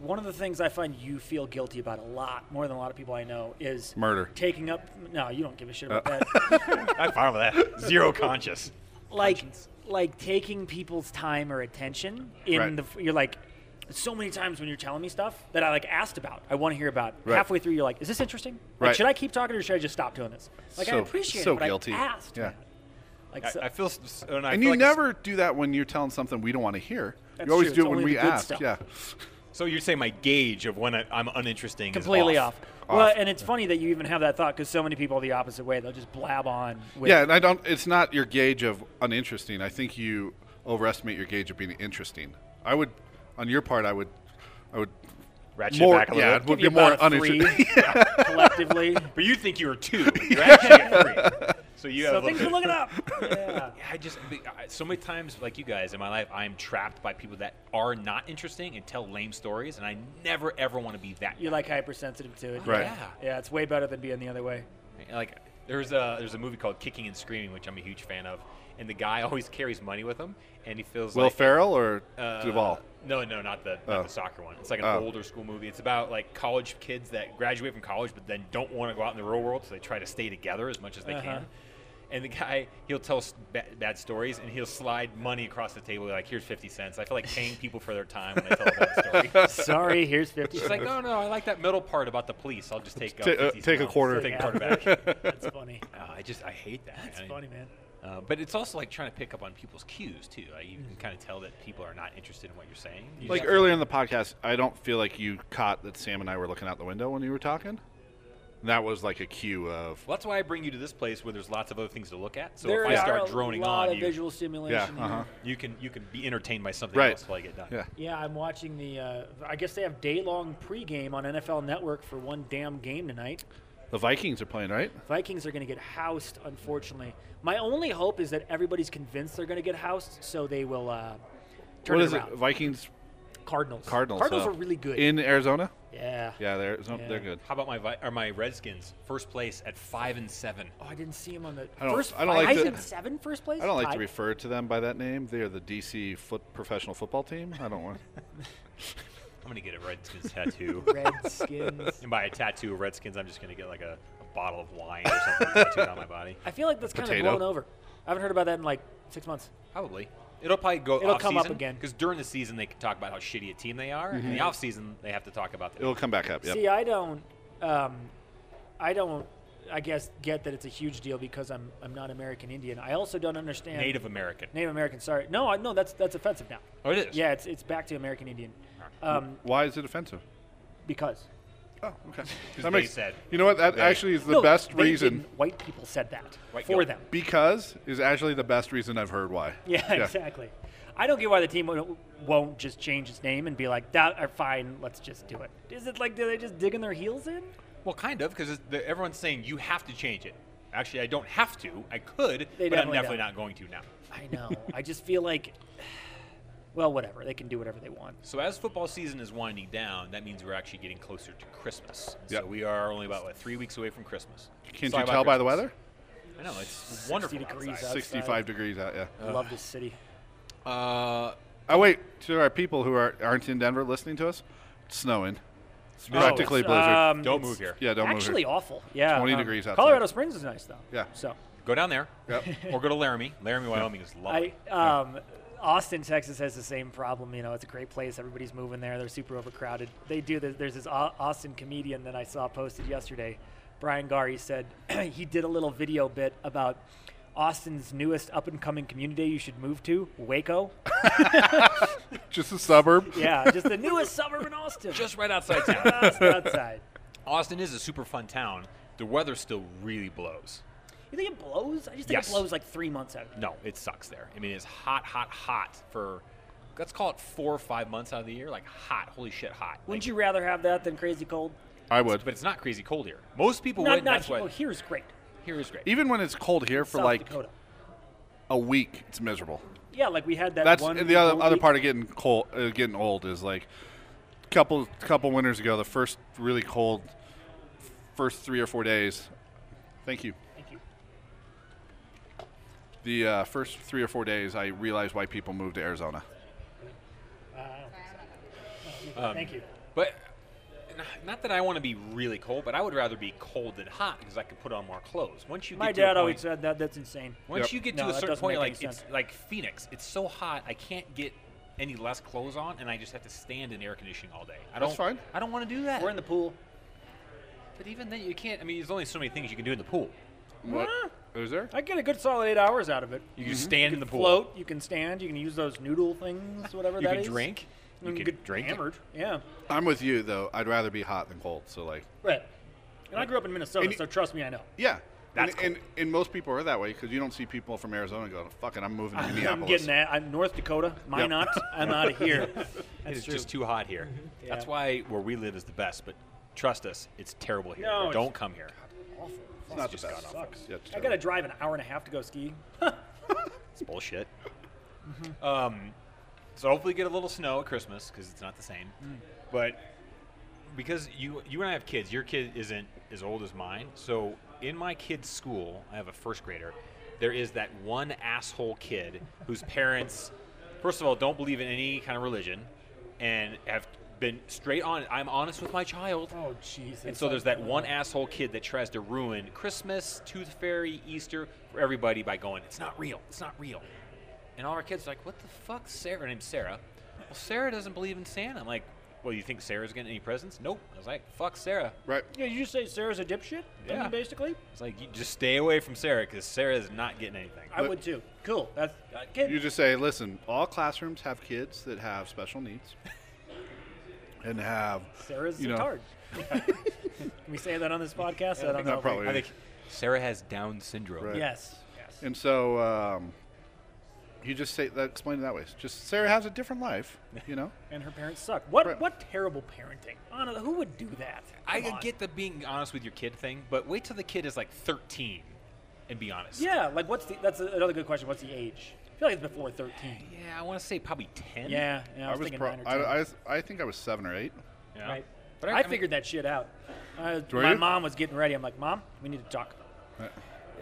S3: One of the things I find you feel guilty about a lot, more than a lot of people I know, is
S2: Murder. Uh.
S3: Taking up. No, you don't give a shit about that.
S1: I'm fine with that. Zero conscious.
S3: like like taking people's time or attention in
S2: Right.
S3: the f- you're like so many times when you're telling me stuff that I like asked about, I want to hear about.
S2: Right.
S3: Halfway through, you're like, "Is this interesting? Like,
S2: Right.
S3: should I keep talking or should I just stop doing this?" Like, I
S2: So-
S3: appreciate
S2: so
S3: it, but
S2: guilty.
S3: I asked.
S2: Yeah.
S3: man. Like,
S1: I,
S3: so,
S1: I feel. s- s- And, I feel
S2: and you
S1: like it's-
S2: never do that when you're telling something we don't want to hear.
S3: That's
S2: you always
S3: true.
S2: do
S3: It's
S2: it when
S3: only
S2: we
S3: the good
S2: ask.
S3: stuff.
S2: Yeah,
S1: So you're saying my gauge of when I, I'm uninteresting
S3: completely
S1: is
S3: off. Well, and it's funny that you even have that thought because so many people are the opposite way. They'll just blab on. With,
S2: yeah. And I don't. It's not your gauge of uninteresting. I think you overestimate your gauge of being interesting. I would, on your part, I would, I would
S1: Ratchet
S2: more.
S1: back a little.
S2: yeah,
S1: bit.
S2: it would
S3: Give
S2: be
S3: you
S2: more
S3: about a three,
S2: uninteresting.
S3: yeah, collectively.
S1: But you think you were two. You're actually at three. So you have
S3: So
S1: a little
S3: things are
S1: bit-
S3: looking up. Yeah.
S1: I just I- so many times, like you guys in my life, I'm trapped by people that are not interesting and tell lame stories, and I never ever want to be that.
S3: You're like hypersensitive to it.
S1: guy.
S2: Right.
S1: Yeah.
S3: Yeah, it's way better than being the other way.
S1: Like there's a there's a movie called Kicking and Screaming, which I'm a huge fan of, and the guy always carries money with him, and he feels
S2: Will
S1: like
S2: Ferrell or
S1: Uh,
S2: Duvall?
S1: No, no, not the not
S2: Oh.
S1: the soccer one. It's like an
S2: Oh.
S1: older school movie. It's about like college kids that graduate from college but then don't want to go out in the real world, so they try to stay together as much as they
S3: Uh-huh.
S1: can. And the guy, he'll tell s- ba- bad stories and he'll slide money across the table like, "Here's fifty cents." I feel like paying people for their time when they tell a bad story.
S3: Sorry, here's 50
S1: She's like, "No, no, I like that middle part about the police. I'll just take uh,
S2: Ta- uh,
S1: 50
S2: take a
S1: cents."
S2: quarter.
S1: Take a
S3: Yeah.
S1: quarter back.
S3: That's funny.
S1: Uh, I just I hate that.
S3: That's
S1: I-
S3: funny, man.
S1: uh, but it's also like trying to pick up on people's cues too. Like you
S3: Mm-hmm.
S1: can kind of tell that people are not interested in what you're saying. You
S2: Like
S1: just-
S2: earlier in the podcast, I don't feel like you caught that Sam and I were looking out the window when you were talking. And that was like a cue of
S1: Well, that's why I bring you to this place where there's lots of other things to look at. So
S3: There
S1: if I
S3: are
S1: start
S3: a
S1: droning on,
S3: lot
S1: you,
S3: of visual
S2: yeah,
S3: stimulation. here.
S2: uh-huh.
S1: you can you can be entertained by something
S2: Right.
S1: else till I get done.
S2: yeah.
S3: Yeah, I'm watching the. Uh, I guess they have day-long pregame on NFL Network for one damn game tonight.
S2: The Vikings are playing, right?
S3: Vikings are going to get housed, unfortunately. My only hope is that everybody's convinced they're going to get housed, so they will uh, turn
S2: what
S3: it
S2: is
S3: around.
S2: it? Vikings
S3: Cardinals.
S2: Cardinals.
S3: Cardinals
S2: huh?
S3: are really good.
S2: in Arizona.
S3: yeah.
S2: Yeah, they're so-
S3: Yeah.
S2: they're good.
S1: How about my Vi- or my Redskins first place at five and seven?
S3: Oh, I didn't see him on the
S2: I don't-
S3: first.
S2: I don't
S3: five
S2: like to-
S3: and seven first place.
S2: I don't like
S3: Tied?
S2: to refer to them by that name. They are the DC foot professional football team. I don't want.
S1: I'm gonna get a Redskins tattoo.
S3: Redskins.
S1: and by a tattoo of Redskins, I'm just gonna get like a, a bottle of wine or something tattooed on my body.
S3: I feel like that's kind of
S2: Potato.
S3: blown over. I haven't heard about that in like six months.
S1: Probably. It'll probably go.
S3: It'll come up again. Mm-hmm.
S1: because during the season they can talk about how shitty a team they are. and In the off season they have to talk about the
S2: It'll come back up. Yep.
S3: See, I don't, um, I don't, I guess get that it's a huge deal because I'm I'm not American Indian. I also don't understand
S1: Native American.
S3: Native American. Sorry, no, I, no, that's that's offensive now.
S1: Oh, it is.
S3: Yeah, it's it's back to American Indian, um,
S2: Why is it offensive?
S3: because
S2: Oh, okay.
S1: they
S2: That makes
S1: said
S2: You know what? That
S1: they-
S2: actually is the
S3: No,
S2: best
S3: they
S2: reason.
S3: didn't. white people said that
S1: White
S3: for
S1: guilt.
S3: them.
S2: Because is actually the best reason I've heard why.
S3: Yeah, exactly. I don't get why the team won't- won't just change its name and be like, "That are fine. Let's just do it." Is it like, do they just digging their heels in?
S1: Well, kind of, because everyone's saying you have to change it. Actually, I don't have to. I could,
S3: They
S1: but I'm
S3: definitely
S1: definitely
S3: don't.
S1: not going to now.
S3: I know. I just feel like, well, whatever. They can do whatever they want.
S1: So as football season is winding down, that means we're actually getting closer to Christmas. And
S2: Yep.
S1: So we are only about what, three weeks away from Christmas.
S2: Can't
S1: Sorry
S2: you
S1: about
S2: tell by the
S1: Christmas.
S2: weather?
S1: I know it's wonderful.
S3: degrees
S1: outside.
S3: Outside.
S2: 65 degrees out. Yeah.
S3: I Love this city.
S1: Uh,
S2: Oh wait, to our people who are aren't in Denver listening to us, it's snowing. It's
S1: miserable.
S2: practically
S3: It's,
S2: blizzard.
S3: um,
S1: don't
S3: it's
S1: move here.
S2: yeah, don't
S3: actually awful. Yeah, um,
S2: 20 degrees outside.
S3: Colorado Springs is nice though.
S2: Yeah.
S3: So
S1: Go down there,
S2: move here. Yep.
S1: or go to Laramie. Laramie, Wyoming is
S3: I,
S1: lovely.
S3: um, Austin, Texas has the same problem. You know, it's a great place. Everybody's moving there. They're super overcrowded. They do. This, there's this Au- Austin comedian that I saw posted yesterday. Brian Gar. He said he did a little video bit about Austin's newest up and coming community you should move to, Waco.
S2: Just a suburb.
S3: Yeah, just the newest suburb in Austin.
S1: Just right outside town.
S3: just outside.
S1: Austin is a super fun town. The weather still really blows.
S3: You think it blows? I just think
S1: Yes.
S3: it blows like three months out.
S1: No, it sucks there. I mean, it's hot, hot, hot for let's call it four or five months out of the year. Like hot, holy shit, hot.
S3: Wouldn't
S1: Like,
S3: you rather have that than crazy cold?
S2: I would.
S1: But it's not crazy cold here. Most people
S3: Not,
S1: wouldn't.
S3: not
S1: that's
S3: here. Oh,
S1: why
S3: here's great.
S1: here is great.
S2: Even when it's cold here for
S3: South
S2: like
S3: Dakota.
S2: a week, it's miserable.
S3: Yeah, like we had that
S2: That's
S3: one.
S2: and the other
S3: cold
S2: other
S3: week.
S2: part of getting cold, uh, getting old is like couple couple winters ago, the first really cold first three or four days. Thank you.
S3: Thank you.
S2: The uh, first three or four days, I realized why people moved to Arizona.
S3: Thank you.
S1: But n- not that I want to be really cold, but I would rather be cold than hot because I could put on more clothes. Once you
S3: My
S1: get to a
S3: dad
S1: point-
S3: always said that. That's insane.
S1: Once
S2: Yep.
S1: you get
S3: No,
S1: to a
S3: that
S1: certain
S3: doesn't
S1: point,
S3: make any
S1: like it's
S3: sense.
S1: like Phoenix, it's so hot I can't get any less clothes on, and I just have to stand in air conditioning all day. I don't.
S2: That's fine.
S1: I don't want to do that.
S3: We're in the pool.
S1: but even then, you can't. I mean, there's only so many things you can do in the pool.
S2: What is there?
S3: I get a good solid eight hours out of it.
S1: You can just stand in the pool.
S3: Float. Mm-hmm. You can stand. You can use those noodle things, whatever
S1: You
S3: that
S1: can
S3: is.
S1: drink. You
S3: And
S1: can
S3: get
S1: drink.
S3: hammered. Yeah.
S2: I'm with you though. I'd rather be hot than cold. So like,
S3: Right. And I grew up in Minnesota,
S2: And-
S3: so trust me, I know.
S2: yeah.
S1: That's
S2: and, and, and most people are that way because you don't see people from Arizona going, "Fucking, I'm moving to Minneapolis."
S3: I'm getting that. I'm North Dakota. My
S2: Yep.
S3: not. I'm out of here. That's
S1: It's
S3: true. Mm-hmm.
S1: just too hot here. That's
S3: Yeah.
S1: why where we live is the best. But trust us, it's terrible here.
S3: No, it's-
S1: don't come here.
S2: It's not
S1: It's
S2: the
S1: just
S2: best.
S1: god awful.
S2: Yeah, it's
S3: I gotta
S2: terrible.
S3: drive an hour and a half to go ski.
S1: It's bullshit. um, so hopefully get a little snow at Christmas because it's not the same. But because you you and I have kids, your kid isn't as old as mine. So in my kid's school, I have a first grader. There is that one asshole kid whose parents, first of all, don't believe in any kind of religion, and have been straight on. I'm honest with my child.
S3: Oh Jesus.
S1: And so there's that one asshole kid that tries to ruin Christmas, Tooth Fairy, Easter for everybody by going, it's not real, it's not real. And all our kids are like, what the fuck, Sarah? Her name's Sarah. Well, Sarah doesn't believe in Santa. I'm like, well, you think Sarah's getting any presents? Nope. I was like, fuck Sarah.
S2: Right.
S3: Yeah, you just say Sarah's a dipshit. I mean,
S1: Yeah.
S3: Basically,
S1: It's like, you just stay away from Sarah because Sarah is not getting anything.
S3: I would too. Cool. That's uh, kid.
S2: You just say, listen, all classrooms have kids that have special needs and have.
S3: Sarah's
S2: you know-
S3: retarded. Can we say that on this podcast? I don't
S2: that
S3: know. if we-
S2: probably-
S1: I think Sarah has Down syndrome.
S2: Right.
S3: Yes. Yes.
S2: And so um, you just say that, explain it that way. Just Sarah has a different life, you know?
S3: And her parents suck. What?
S2: Right.
S3: What terrible parenting? Anna, who would do that?
S1: I
S3: Come on.
S1: get the being honest with your kid thing, but wait till the kid is like 13 and be honest.
S3: Yeah. Like, what's the? That's another good question. What's the age? I feel like it's before thirteen.
S1: Yeah, I want to say probably 10.
S3: Yeah. yeah I, was thinking
S2: pro-
S3: nine or ten.
S2: I, I, I think I was seven or eight.
S1: Yeah.
S3: Right.
S1: But
S3: But
S1: I-
S3: I,
S1: I mean-
S3: figured that shit out. I,
S2: Were
S3: my
S2: you?
S3: mom was getting ready. I'm like, Mom, we need to talk.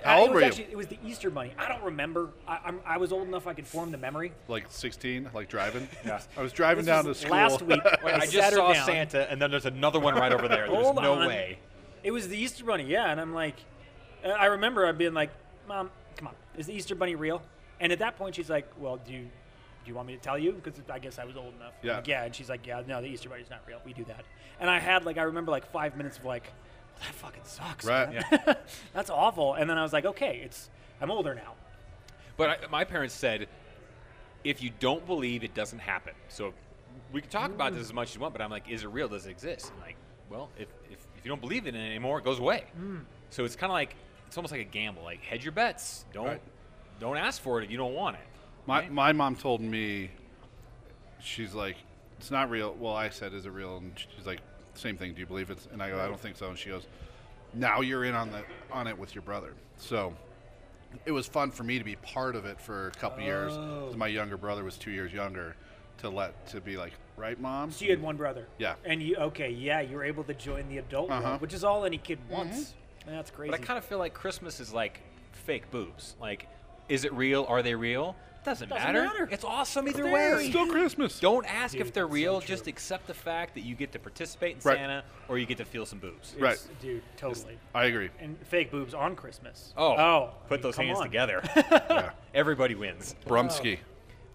S2: How
S3: Uh,
S2: old
S3: it
S2: were
S3: was
S2: you?
S3: Actually, it was the Easter Bunny. I don't remember. I, I'm, I was old enough I could form the memory.
S2: Like 16, like driving?
S1: Yeah.
S2: I was driving
S3: This
S2: down to
S3: was
S2: school.
S3: last week.
S1: Wait,
S3: I,
S1: I, just
S3: sat her
S1: saw
S3: down.
S1: Santa, and then there's another one right over there. There's
S3: Hold
S1: no
S3: on.
S1: way.
S3: It was the Easter Bunny, yeah. And I'm like, uh, I remember I've been like, Mom, come on, is the Easter Bunny real? And at that point, she's like, Well, do you, do you want me to tell you? Because I guess I was old enough. I'm
S2: Yeah.
S3: like, yeah. And she's like, Yeah, no, the Easter Bunny's not real. We do that. And I had like, I remember like five minutes of like, that fucking sucks.
S2: Right.
S3: man. That's awful. And then I was like, okay, it's I'm older now.
S1: But I, my parents said, if you don't believe, it doesn't happen. So we can talk about this as much as you want, but I'm like, is it real? Does it exist? And like, well, if, if, if you don't believe in it anymore, it goes away.
S3: Hmm.
S1: So it's kind of like, it's almost like a gamble. Like, hedge your bets. Don't,
S2: Right.
S1: don't ask for it if you don't want it.
S2: My, my mom told me, she's like, it's not real. Well, I said, is it real? And she's like, same thing. Do you believe it's? And I go, I don't think so. And she goes, now you're in on the on it with your brother. So it was fun for me to be part of it for a couple years.
S3: Oh.
S2: 'cause My younger brother was two years younger. To let to be like, right, mom?
S3: So you had one brother.
S2: Yeah.
S3: And you okay, yeah, you were able to join the adult
S2: Uh-huh.
S3: world, which is all any kid wants. That's crazy.
S1: But I kind of feel like Christmas is like fake boobs. Like, is it real? Are they real? Doesn't,
S3: Doesn't matter.
S1: It's awesome either
S3: there.
S1: way.
S2: Still Christmas.
S1: Don't ask if they're real. just accept the fact that you get to participate in
S2: Right.
S1: Santa or you get to feel some boobs.
S2: Right.
S3: It's- Dude, totally.
S2: I agree.
S3: And fake boobs on Christmas.
S1: Oh,
S3: Oh. I
S1: put
S3: mean,
S1: those
S3: come
S1: hands
S3: on.
S1: together.
S2: Yeah.
S1: Everybody wins.
S2: Brumsky.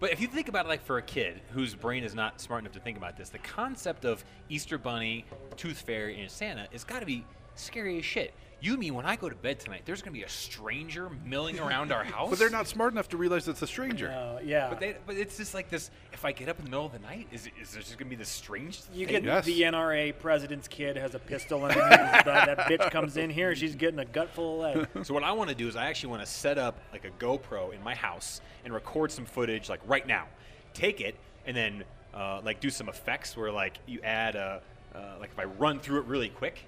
S1: But if you think about it, like for a kid whose brain is not smart enough to think about this, the concept of Easter Bunny, Tooth Fairy, and Santa has got to be Scary as shit. You mean when I go to bed tonight, there's going to be a stranger milling around our house?
S2: But they're not smart enough to realize it's a stranger.
S3: Uh, yeah.
S1: But, they, but it's just like this. If I get up in the middle of the night, is, is there just gonna be this strange?
S3: you get
S2: Yes.
S3: the NRA president's kid has a pistol underneath his butt. That bitch comes in here and she's getting a gutful of that.
S1: So what I want to do is I actually want to set up like a GoPro in my house and record some footage like right now. Take it and then uh, like do some effects where like you add a uh, like if I run through it really quick,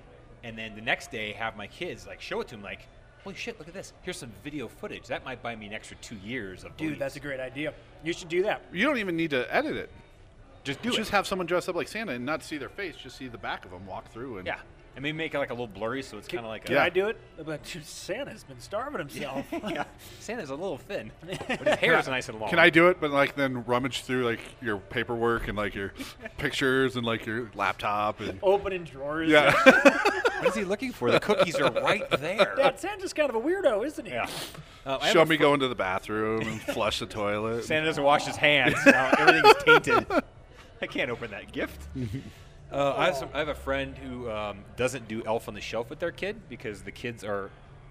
S1: and then the next day have my kids like show it to them like. Holy shit! Look at this. Here's some video footage. That might buy me an extra two years of.
S3: Dude, that's a great idea. You should do that.
S2: You don't even need to edit it.
S1: just do
S2: You
S1: it.
S2: just have someone dress up like Santa and not see their face, just see the back of them walk through. And
S1: yeah, and maybe make it like a little blurry so it's kind of like a,
S3: Can
S2: Yeah.
S3: I do it? But dude, Santa's been starving himself.
S1: yeah. Santa's a little thin, but his hair is nice and long.
S2: Can I do it? But like then rummage through like your paperwork and like your pictures and like your laptop and
S3: Opening drawers.
S2: yeah.
S1: What is he looking for? The cookies are right there.
S3: Dad, Santa's kind of a weirdo, isn't he?
S1: yeah. Uh, I have
S2: Show
S1: a-
S2: me going to the bathroom and flush the toilet.
S1: Santa doesn't wash his hands. Now everything's tainted. I can't open that gift. Uh, I, have some, I have a friend who um, doesn't do Elf on the Shelf with their kid because the kids are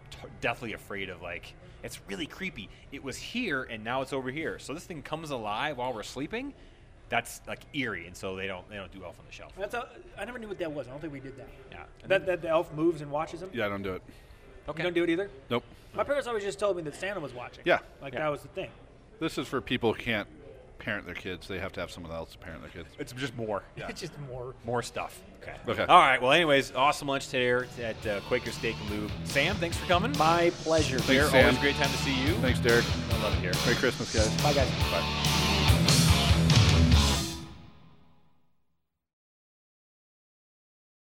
S1: t- deathly afraid of like it's really creepy. It was here and now it's over here. So this thing comes alive while we're sleeping. That's like eerie, and so they don't they don't do Elf on the Shelf.
S3: That's a, I never knew what that was. I don't think we did that.
S1: Yeah. And
S3: That, that the elf moves and watches him.
S2: yeah, I don't do it.
S1: Okay.
S3: You don't do it either.
S2: Nope.
S3: My parents always just told me that Santa was watching.
S2: Yeah.
S3: Like
S1: Yeah.
S3: that was the thing.
S2: This is for people who can't parent their kids. They have to have someone else to parent their kids.
S1: It's just more.
S3: It's just more.
S1: More stuff. Okay.
S2: Okay.
S1: All right. Well, anyways, awesome lunch today at uh, Quaker Steak and Lube. Sam, thanks for coming.
S3: My pleasure.
S1: Bear,
S2: Sam.
S1: always a great time to see you.
S2: Thanks, Derek.
S1: I love it here.
S2: Merry Christmas, guys.
S3: Bye guys.
S1: Bye.